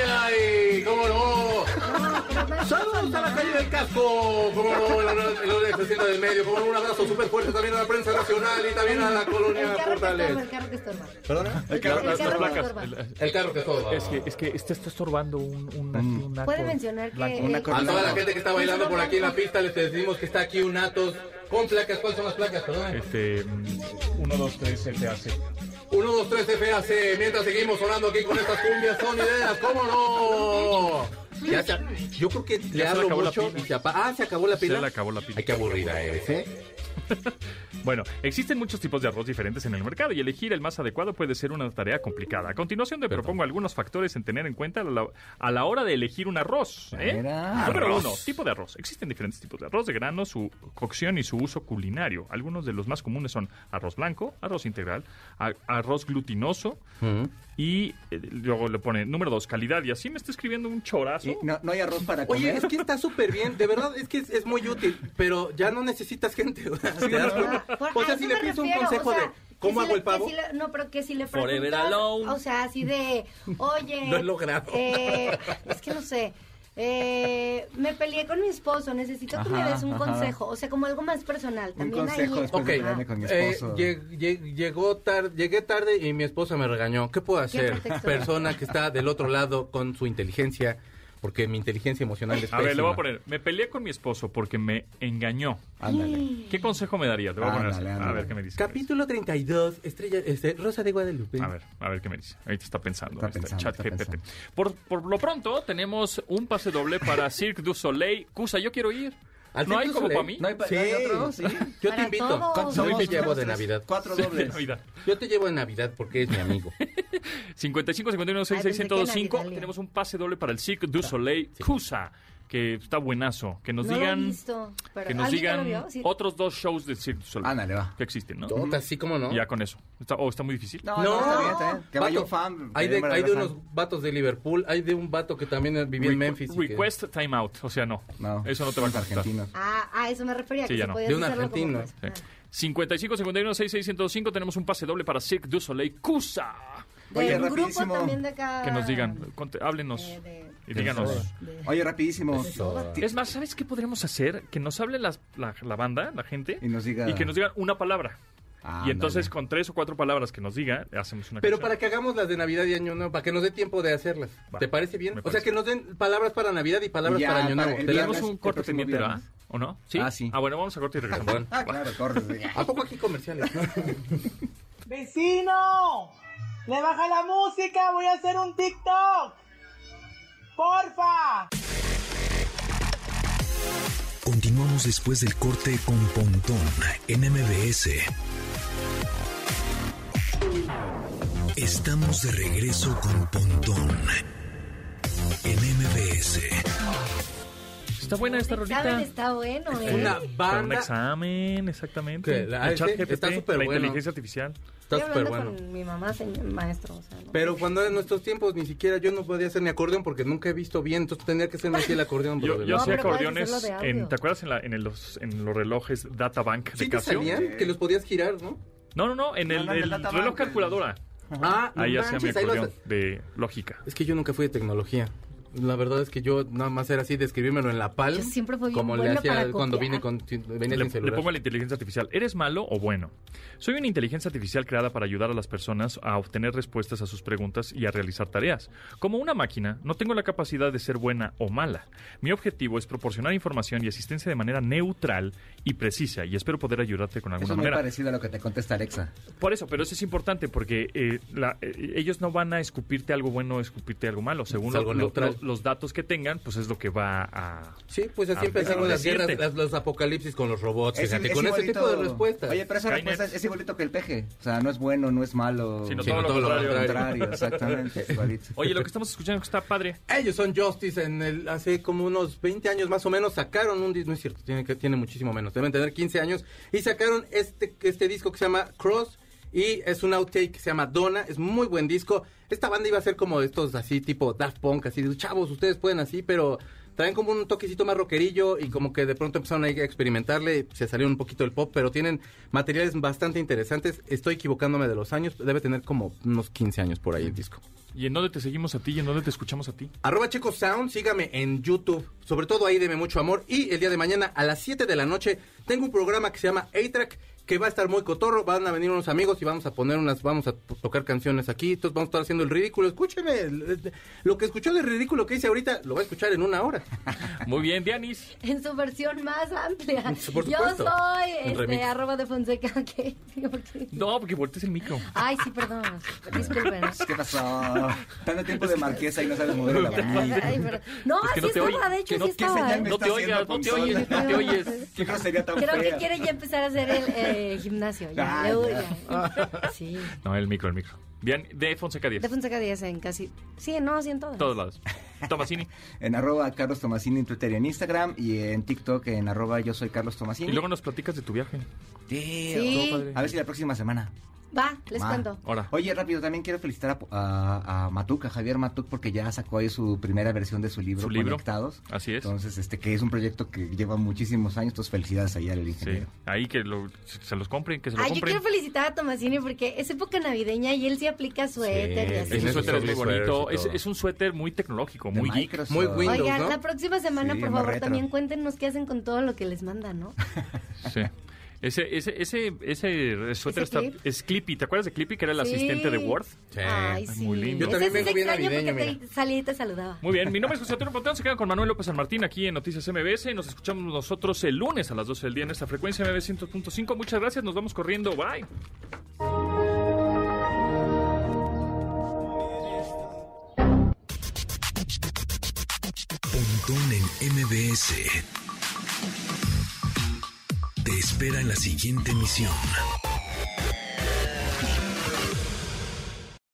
[SPEAKER 3] ay! ¡Cómo no! ¡Saludos a la calle del casco! ¡Cómo no! El honor- el honor de Cecilia del medio. ¡Cómo no! Un abrazo súper fuerte también a la prensa nacional y también a la
[SPEAKER 7] el
[SPEAKER 3] colonia
[SPEAKER 7] carro que estorba, el
[SPEAKER 3] Portales.
[SPEAKER 7] carro que estorba.
[SPEAKER 3] ¿Perdona?
[SPEAKER 7] El
[SPEAKER 2] Las- las- las
[SPEAKER 7] que
[SPEAKER 2] placas.
[SPEAKER 7] estorba.
[SPEAKER 2] El-
[SPEAKER 3] El carro que todo.
[SPEAKER 2] Es que, es que este está estorbando un, un, un
[SPEAKER 7] Puede
[SPEAKER 2] ato
[SPEAKER 7] mencionar que...
[SPEAKER 2] blanco.
[SPEAKER 7] el-
[SPEAKER 4] Una
[SPEAKER 3] A
[SPEAKER 4] corona.
[SPEAKER 3] toda la gente que está bailando por aquí en la pista les decimos que está aquí un Atos con placas. ¿Cuáles son las placas? Perdón.
[SPEAKER 2] Este, mm, uno, dos, tres, se te hace.
[SPEAKER 3] 1, 2, 3, FAC. Mientras seguimos sonando aquí con estas cumbias sonideras. ¿Cómo no? Ya se- yo creo que le
[SPEAKER 2] se le
[SPEAKER 3] hablo
[SPEAKER 2] acabó la
[SPEAKER 3] mucho
[SPEAKER 2] pila.
[SPEAKER 3] y se apa- Ah, se acabó la pila.
[SPEAKER 2] le acabó la pila.
[SPEAKER 3] Ay, qué aburrida eres, ¿eh?
[SPEAKER 2] Bueno, existen muchos tipos de arroz diferentes en el mercado y elegir el más adecuado puede ser una tarea complicada. A continuación te propongo algunos factores en tener en cuenta a la, a la hora de elegir un arroz. ¿eh?
[SPEAKER 4] Mira.
[SPEAKER 2] Número
[SPEAKER 4] Arroz.
[SPEAKER 2] uno, tipo de arroz. Existen diferentes tipos de arroz de grano, su cocción y su uso culinario. Algunos de los más comunes son arroz blanco, arroz integral, a- arroz glutinoso y eh, luego le pone número dos, calidad. Y así me está escribiendo un chorazo.
[SPEAKER 4] ¿y no, no hay arroz para comer.
[SPEAKER 3] Oye, es que está súper bien, de verdad, es que es, es muy útil, pero ya no necesitas gente. O sea, ¿te das cuenta?
[SPEAKER 7] Ah, por-
[SPEAKER 3] O sea,
[SPEAKER 7] a
[SPEAKER 3] si
[SPEAKER 7] eso
[SPEAKER 3] le
[SPEAKER 7] me
[SPEAKER 3] pides un
[SPEAKER 7] refiero,
[SPEAKER 3] consejo
[SPEAKER 7] o sea,
[SPEAKER 3] de cómo
[SPEAKER 7] que si
[SPEAKER 3] hago
[SPEAKER 7] le-
[SPEAKER 3] el pavo.
[SPEAKER 7] que si le- no, pero que si le
[SPEAKER 3] Forever
[SPEAKER 7] preguntas,
[SPEAKER 3] alone.
[SPEAKER 7] o sea, así de, oye,
[SPEAKER 3] Lo he logrado.
[SPEAKER 7] eh, es que no sé, eh, me peleé con mi esposo, necesito que me
[SPEAKER 4] Ajá,
[SPEAKER 7] des un
[SPEAKER 4] ajá.
[SPEAKER 7] consejo, o sea, como algo más personal,
[SPEAKER 4] Un
[SPEAKER 7] también
[SPEAKER 4] consejo
[SPEAKER 7] ahí.
[SPEAKER 4] después
[SPEAKER 3] Ok,
[SPEAKER 4] de pelearme con mi
[SPEAKER 3] eh,
[SPEAKER 4] esposo.
[SPEAKER 3] lleg- lleg- llegó tarde, llegué tarde y mi esposa me regañó. ¿Qué puedo hacer?
[SPEAKER 7] pretexto?
[SPEAKER 3] Persona que está del otro lado con su inteligencia, porque mi inteligencia emocional es
[SPEAKER 2] A ver, le voy a
[SPEAKER 3] pésima.
[SPEAKER 2] poner, me peleé con mi esposo porque me engañó.
[SPEAKER 4] Ándale.
[SPEAKER 2] ¿Qué consejo me darías? Le voy a poner así.
[SPEAKER 4] Ándale,
[SPEAKER 2] A
[SPEAKER 4] ándale.
[SPEAKER 2] ver qué me dice.
[SPEAKER 3] Capítulo 32, estrella, este, Rosa de Guadalupe.
[SPEAKER 2] A ver, a ver qué me dice. Ahorita está pensando.
[SPEAKER 4] Está
[SPEAKER 2] este
[SPEAKER 4] pensando,
[SPEAKER 2] chat
[SPEAKER 4] está
[SPEAKER 2] GPT.
[SPEAKER 4] pensando.
[SPEAKER 2] Por, por lo pronto, tenemos un pase doble para Cirque du Soleil. Cusa, yo quiero ir.
[SPEAKER 3] Al
[SPEAKER 2] ¿No hay
[SPEAKER 3] Cirque du
[SPEAKER 2] como
[SPEAKER 3] Soleil.
[SPEAKER 2] para mí?
[SPEAKER 4] ¿No hay, pa-
[SPEAKER 3] Sí.
[SPEAKER 4] ¿no hay otro? Sí.
[SPEAKER 3] Yo te
[SPEAKER 7] Para
[SPEAKER 3] invito.
[SPEAKER 7] todos.
[SPEAKER 4] ¿Cuántos
[SPEAKER 3] Yo
[SPEAKER 4] somos?
[SPEAKER 3] te llevo
[SPEAKER 4] Dos,
[SPEAKER 3] de
[SPEAKER 4] tres,
[SPEAKER 3] Navidad.
[SPEAKER 4] Cuatro
[SPEAKER 2] Sí,
[SPEAKER 4] dobles.
[SPEAKER 2] Navidad.
[SPEAKER 3] Yo te llevo de Navidad porque es mi amigo.
[SPEAKER 2] 55 51
[SPEAKER 7] Ay, pensé que
[SPEAKER 2] 1025
[SPEAKER 7] Navidad,
[SPEAKER 2] Tenemos un pase doble para el Cirque du Soleil. Cusa, que está buenazo. Que nos
[SPEAKER 7] No lo he
[SPEAKER 2] digan.
[SPEAKER 7] visto, pero-
[SPEAKER 2] que nos
[SPEAKER 7] ¿alguien ya lo
[SPEAKER 2] digan
[SPEAKER 7] vio? Sí.
[SPEAKER 2] otros dos shows del Cirque du Soleil.
[SPEAKER 4] Ándale, va.
[SPEAKER 2] Que existen, ¿no?
[SPEAKER 3] Tota, sí, cómo no.
[SPEAKER 2] Ya con eso. Está, oh, está muy difícil.
[SPEAKER 4] No, no, está bien, está bien. Que vaya
[SPEAKER 3] Vato,
[SPEAKER 4] un fan.
[SPEAKER 3] Hay
[SPEAKER 4] que
[SPEAKER 3] de,
[SPEAKER 4] venga
[SPEAKER 3] hay de
[SPEAKER 4] la
[SPEAKER 3] unos
[SPEAKER 4] fan.
[SPEAKER 3] vatos de Liverpool, hay de un vato que también vivía en
[SPEAKER 2] Requ-
[SPEAKER 3] Memphis. y que-
[SPEAKER 2] Request timeout. O sea, no.
[SPEAKER 4] No,
[SPEAKER 2] Eso no te va a
[SPEAKER 4] los
[SPEAKER 2] contestar.
[SPEAKER 4] argentinos.
[SPEAKER 7] Ah, a eso me refería,
[SPEAKER 2] Sí,
[SPEAKER 7] que
[SPEAKER 2] ya
[SPEAKER 7] se
[SPEAKER 2] no.
[SPEAKER 7] podía
[SPEAKER 3] De un
[SPEAKER 7] hacerlo como
[SPEAKER 3] argentino.
[SPEAKER 7] personal.
[SPEAKER 2] Sí. 55 51 6605 tenemos un pase doble para Cirque du Soleil Cusa.
[SPEAKER 7] De
[SPEAKER 4] Oye,
[SPEAKER 7] un grupo
[SPEAKER 4] rapidísimo.
[SPEAKER 7] también de acá.
[SPEAKER 2] Que nos digan, conte- háblenos
[SPEAKER 7] Eh, de-
[SPEAKER 2] y díganos.
[SPEAKER 4] Oye, rapidísimo.
[SPEAKER 2] Es más, ¿sabes qué podríamos hacer? Que nos hable las- la, la banda, la gente,
[SPEAKER 4] Y nos diga-
[SPEAKER 2] y que nos digan una palabra.
[SPEAKER 4] Ah,
[SPEAKER 2] y entonces
[SPEAKER 4] ándale.
[SPEAKER 2] con tres o cuatro palabras que nos diga, hacemos una
[SPEAKER 3] Pero
[SPEAKER 2] canción.
[SPEAKER 3] para que hagamos las de Navidad y Año Nuevo, para que nos dé tiempo de hacerlas.
[SPEAKER 2] Va,
[SPEAKER 3] ¿Te parece bien?
[SPEAKER 2] me
[SPEAKER 3] O sea,
[SPEAKER 2] parece.
[SPEAKER 3] que nos den palabras para Navidad y palabras
[SPEAKER 4] Y ya,
[SPEAKER 3] para Año
[SPEAKER 4] para
[SPEAKER 3] Nuevo.
[SPEAKER 4] el
[SPEAKER 3] ¿Te
[SPEAKER 2] Tenemos
[SPEAKER 3] late?
[SPEAKER 4] viernes,
[SPEAKER 2] un
[SPEAKER 4] el
[SPEAKER 2] corte
[SPEAKER 4] próximo
[SPEAKER 2] pendiente, ¿verdad?
[SPEAKER 4] viernes.
[SPEAKER 2] ¿O no? ¿Sí?
[SPEAKER 4] Ah, sí.
[SPEAKER 2] Ah, bueno, vamos a corte y regresamos.
[SPEAKER 4] Ah, claro, corres.
[SPEAKER 3] ¿A poco aquí comerciales?
[SPEAKER 10] ¡Vecino! ¡Le baja la música! ¡Voy a hacer un TikTok! ¡Porfa!
[SPEAKER 1] Continuamos después del corte con Pontón en MBS. Estamos de regreso con Pontón en MBS.
[SPEAKER 2] Está buena esta
[SPEAKER 7] Examen
[SPEAKER 2] rolita.
[SPEAKER 7] está bueno, ¿eh?
[SPEAKER 3] Una
[SPEAKER 2] Para un
[SPEAKER 3] banda.
[SPEAKER 2] examen, exactamente.
[SPEAKER 3] Que la-
[SPEAKER 2] El chat
[SPEAKER 3] este
[SPEAKER 2] GPT,
[SPEAKER 3] está súper
[SPEAKER 2] la
[SPEAKER 3] bueno.
[SPEAKER 2] inteligencia artificial.
[SPEAKER 3] Está
[SPEAKER 7] Estoy
[SPEAKER 3] súper
[SPEAKER 7] hablando
[SPEAKER 3] bueno.
[SPEAKER 7] con mi mamá, señor maestro, o sea, ¿no?
[SPEAKER 3] Pero cuando en nuestros tiempos ni siquiera yo no podía hacer ni acordeón porque nunca he visto bien, entonces tendría que hacerme así el acordeón.
[SPEAKER 2] Yo,
[SPEAKER 3] pero de
[SPEAKER 2] yo
[SPEAKER 3] verdad.
[SPEAKER 2] hacía
[SPEAKER 7] pero puedes
[SPEAKER 2] acordeones,
[SPEAKER 7] hacerlo de
[SPEAKER 2] en,
[SPEAKER 7] audio.
[SPEAKER 2] ¿te acuerdas en, la- en el- los, en los relojes Databank de
[SPEAKER 3] ¿Sí te
[SPEAKER 2] Casio?
[SPEAKER 3] sabían que los podías girar, no?
[SPEAKER 2] No, no, no, en el,
[SPEAKER 4] no, en el
[SPEAKER 2] el
[SPEAKER 4] Databank,
[SPEAKER 2] reloj
[SPEAKER 4] el-
[SPEAKER 2] calculadora.
[SPEAKER 3] Ah, no
[SPEAKER 2] Ahí hacía mi
[SPEAKER 3] manches, ahí los-
[SPEAKER 2] acordeón de lógica.
[SPEAKER 3] Es que yo nunca fui de tecnología. La verdad es que yo nada más era así, describírmelo en la palma.
[SPEAKER 7] Yo siempre fui bien
[SPEAKER 3] Como le
[SPEAKER 7] buena
[SPEAKER 3] hacía
[SPEAKER 7] para
[SPEAKER 3] cuando
[SPEAKER 7] copiar.
[SPEAKER 3] vine, con, venía
[SPEAKER 2] le,
[SPEAKER 3] sin
[SPEAKER 2] le
[SPEAKER 3] celular.
[SPEAKER 2] pongo a la inteligencia artificial, ¿eres malo o bueno? Soy una inteligencia artificial creada para ayudar a las personas a obtener respuestas a sus preguntas y a realizar tareas. Como una máquina, no tengo la capacidad de ser buena o mala. Mi objetivo es proporcionar información y asistencia de manera neutral y precisa, y espero poder ayudarte con
[SPEAKER 4] Eso
[SPEAKER 2] alguna
[SPEAKER 4] es muy
[SPEAKER 2] manera.
[SPEAKER 4] parecido a lo que te contesta Alexa.
[SPEAKER 2] Por eso, pero eso es importante porque eh, la- eh, ellos no van a escupirte algo bueno o escupirte algo malo. Según
[SPEAKER 3] Es
[SPEAKER 2] lo-
[SPEAKER 3] algo
[SPEAKER 2] lo-
[SPEAKER 3] neutral.
[SPEAKER 2] lo- los datos que tengan, pues es lo que va a...
[SPEAKER 3] Sí, pues así
[SPEAKER 2] Ah,
[SPEAKER 3] empezamos
[SPEAKER 2] pero
[SPEAKER 3] las guerras,
[SPEAKER 2] decirte.
[SPEAKER 3] las- los apocalipsis con los robots, fíjate, con ese tipo
[SPEAKER 4] igualito-
[SPEAKER 3] de respuestas.
[SPEAKER 4] Oye, pero esa
[SPEAKER 2] Skynet.
[SPEAKER 4] respuesta es, es igualito que el peje. O sea, no es bueno, no es malo.
[SPEAKER 2] Sino
[SPEAKER 3] todo lo contrario.
[SPEAKER 4] contrario, exactamente. es igualito.
[SPEAKER 2] Oye, lo que estamos escuchando está padre.
[SPEAKER 3] Ellos son Justice en el, hace como unos 20 años más o menos sacaron un disco, no es cierto, tiene, que, tiene muchísimo menos, deben tener 15 años y sacaron este, este disco que se llama Cross y es un outtake que se llama Donna, es muy buen disco. Esta banda iba a ser como de estos así tipo Daft Punk, así de chavos, ustedes pueden así, pero traen como un toquecito más rockerillo y como que de pronto empezaron ahí a experimentarle, se salió un poquito el pop, pero tienen materiales bastante interesantes. Estoy equivocándome de los años, debe tener como unos 15 años por ahí el disco.
[SPEAKER 2] ¿Y en dónde te seguimos a ti y en dónde te escuchamos a ti?
[SPEAKER 3] Arroba Checo Sound, sígame en YouTube. Sobre todo ahí deme mucho amor. Y el día de mañana a las 7 de la noche tengo un programa que se llama A-Track que va a estar muy cotorro. Van a venir unos amigos y vamos a poner unas, vamos a to- tocar canciones aquí. Entonces vamos a estar haciendo el ridículo. Escúcheme, el- lo que escuchó de ridículo que hice ahorita lo va a escuchar en una hora.
[SPEAKER 2] Muy bien, Dianis.
[SPEAKER 7] En su versión más amplia.
[SPEAKER 3] Por
[SPEAKER 7] Yo
[SPEAKER 3] supuesto.
[SPEAKER 7] soy
[SPEAKER 3] Un
[SPEAKER 7] este,
[SPEAKER 3] remix.
[SPEAKER 7] arroba de Fonseca. ¿qué? ¿Por qué?
[SPEAKER 2] No, porque voltees el micro.
[SPEAKER 4] Ah,
[SPEAKER 7] Ay, sí, perdón. Disculpen.
[SPEAKER 4] ¿Qué pasó? Tanto tiempo de marquesa y no sabes mover la varita.
[SPEAKER 7] Ay, perdón. No,
[SPEAKER 2] Es que no
[SPEAKER 7] así
[SPEAKER 2] te
[SPEAKER 7] estaba,
[SPEAKER 2] oye.
[SPEAKER 7] de hecho,
[SPEAKER 2] Que no-
[SPEAKER 7] así
[SPEAKER 2] ¿qué
[SPEAKER 7] estaba.
[SPEAKER 4] señal
[SPEAKER 7] ¿eh?
[SPEAKER 4] me
[SPEAKER 2] No
[SPEAKER 4] está
[SPEAKER 2] te oigas,
[SPEAKER 4] haciendo,
[SPEAKER 2] no te
[SPEAKER 4] Ponzola?
[SPEAKER 2] oyes, no te oyes.
[SPEAKER 4] Qué grosería tan
[SPEAKER 7] Creo que
[SPEAKER 4] fea.
[SPEAKER 7] quiere ya empezar a hacer el eh, gimnasio. Ya,
[SPEAKER 4] Ah,
[SPEAKER 7] luego
[SPEAKER 4] ya.
[SPEAKER 7] ya. Sí.
[SPEAKER 2] No, el micro, el micro. Bien, de Fonseca 10.
[SPEAKER 7] De Fonseca 10 en casi. Sí, no, sí en todas.
[SPEAKER 2] todos lados. Tomasini.
[SPEAKER 4] En arroba Carlos Tomasini en Twitter y en Instagram. Y en TikTok en arroba yo soy Carlos
[SPEAKER 2] Y
[SPEAKER 4] Tomasini.
[SPEAKER 2] luego nos platicas de tu viaje.
[SPEAKER 4] Tío,
[SPEAKER 7] Sí.
[SPEAKER 4] todo padre. A ver si la próxima semana.
[SPEAKER 7] Va, les
[SPEAKER 4] Ma.
[SPEAKER 7] cuento.
[SPEAKER 2] Ahora.
[SPEAKER 4] Oye, rápido, también quiero felicitar a, a, a Matuk, a Javier Matuk, porque ya sacó ahí su primera versión de su libro,
[SPEAKER 2] Su libro.
[SPEAKER 4] Conectados.
[SPEAKER 2] Así es.
[SPEAKER 4] Entonces, este, que es un proyecto que lleva muchísimos años, entonces felicidades allá al
[SPEAKER 2] Sí.
[SPEAKER 4] ingeniero.
[SPEAKER 2] Ahí que lo- se los compren, que se los
[SPEAKER 7] Ay, Ah, yo
[SPEAKER 2] compren.
[SPEAKER 7] quiero felicitar a Tomasini porque es época navideña y él sí aplica suéter y
[SPEAKER 3] Sí,
[SPEAKER 7] así.
[SPEAKER 2] Ese
[SPEAKER 3] Tiene
[SPEAKER 2] suéter es
[SPEAKER 3] sus
[SPEAKER 2] muy
[SPEAKER 3] softwares
[SPEAKER 2] bonito.
[SPEAKER 3] y
[SPEAKER 2] Es,
[SPEAKER 3] todo.
[SPEAKER 2] es un suéter muy tecnológico,
[SPEAKER 4] De
[SPEAKER 2] muy geek.
[SPEAKER 4] Microsoft.
[SPEAKER 3] muy Windows,
[SPEAKER 7] Oigan,
[SPEAKER 3] ¿no?
[SPEAKER 7] la próxima semana,
[SPEAKER 4] Sí,
[SPEAKER 7] por
[SPEAKER 4] más
[SPEAKER 7] favor,
[SPEAKER 4] retro.
[SPEAKER 7] también cuéntenos qué hacen con todo lo que les mandan, ¿no?
[SPEAKER 2] Sí. Ese, ese, ese, ese suéter
[SPEAKER 7] ¿Ese
[SPEAKER 2] está,
[SPEAKER 7] clip?
[SPEAKER 2] es Clippy. ¿Te acuerdas de Clippy, que era el
[SPEAKER 7] Sí.
[SPEAKER 2] asistente de Worth?
[SPEAKER 3] Sí.
[SPEAKER 7] Ay,
[SPEAKER 2] Ay,
[SPEAKER 7] sí.
[SPEAKER 2] muy lindo.
[SPEAKER 3] Yo también
[SPEAKER 7] Ese sí
[SPEAKER 3] vengo bien
[SPEAKER 7] te extraño
[SPEAKER 3] navideño,
[SPEAKER 7] porque te salí y te saludaba.
[SPEAKER 2] Muy bien, mi nombre es José Antonio Pontón, se quedan con Manuel López San Martín aquí en Noticias MBS. Nos escuchamos nosotros el lunes a las 12 del día en esta frecuencia MBS 100.5. Muchas gracias, nos vamos corriendo, bye.
[SPEAKER 1] Pontón en MBS. Te espera en la siguiente emisión.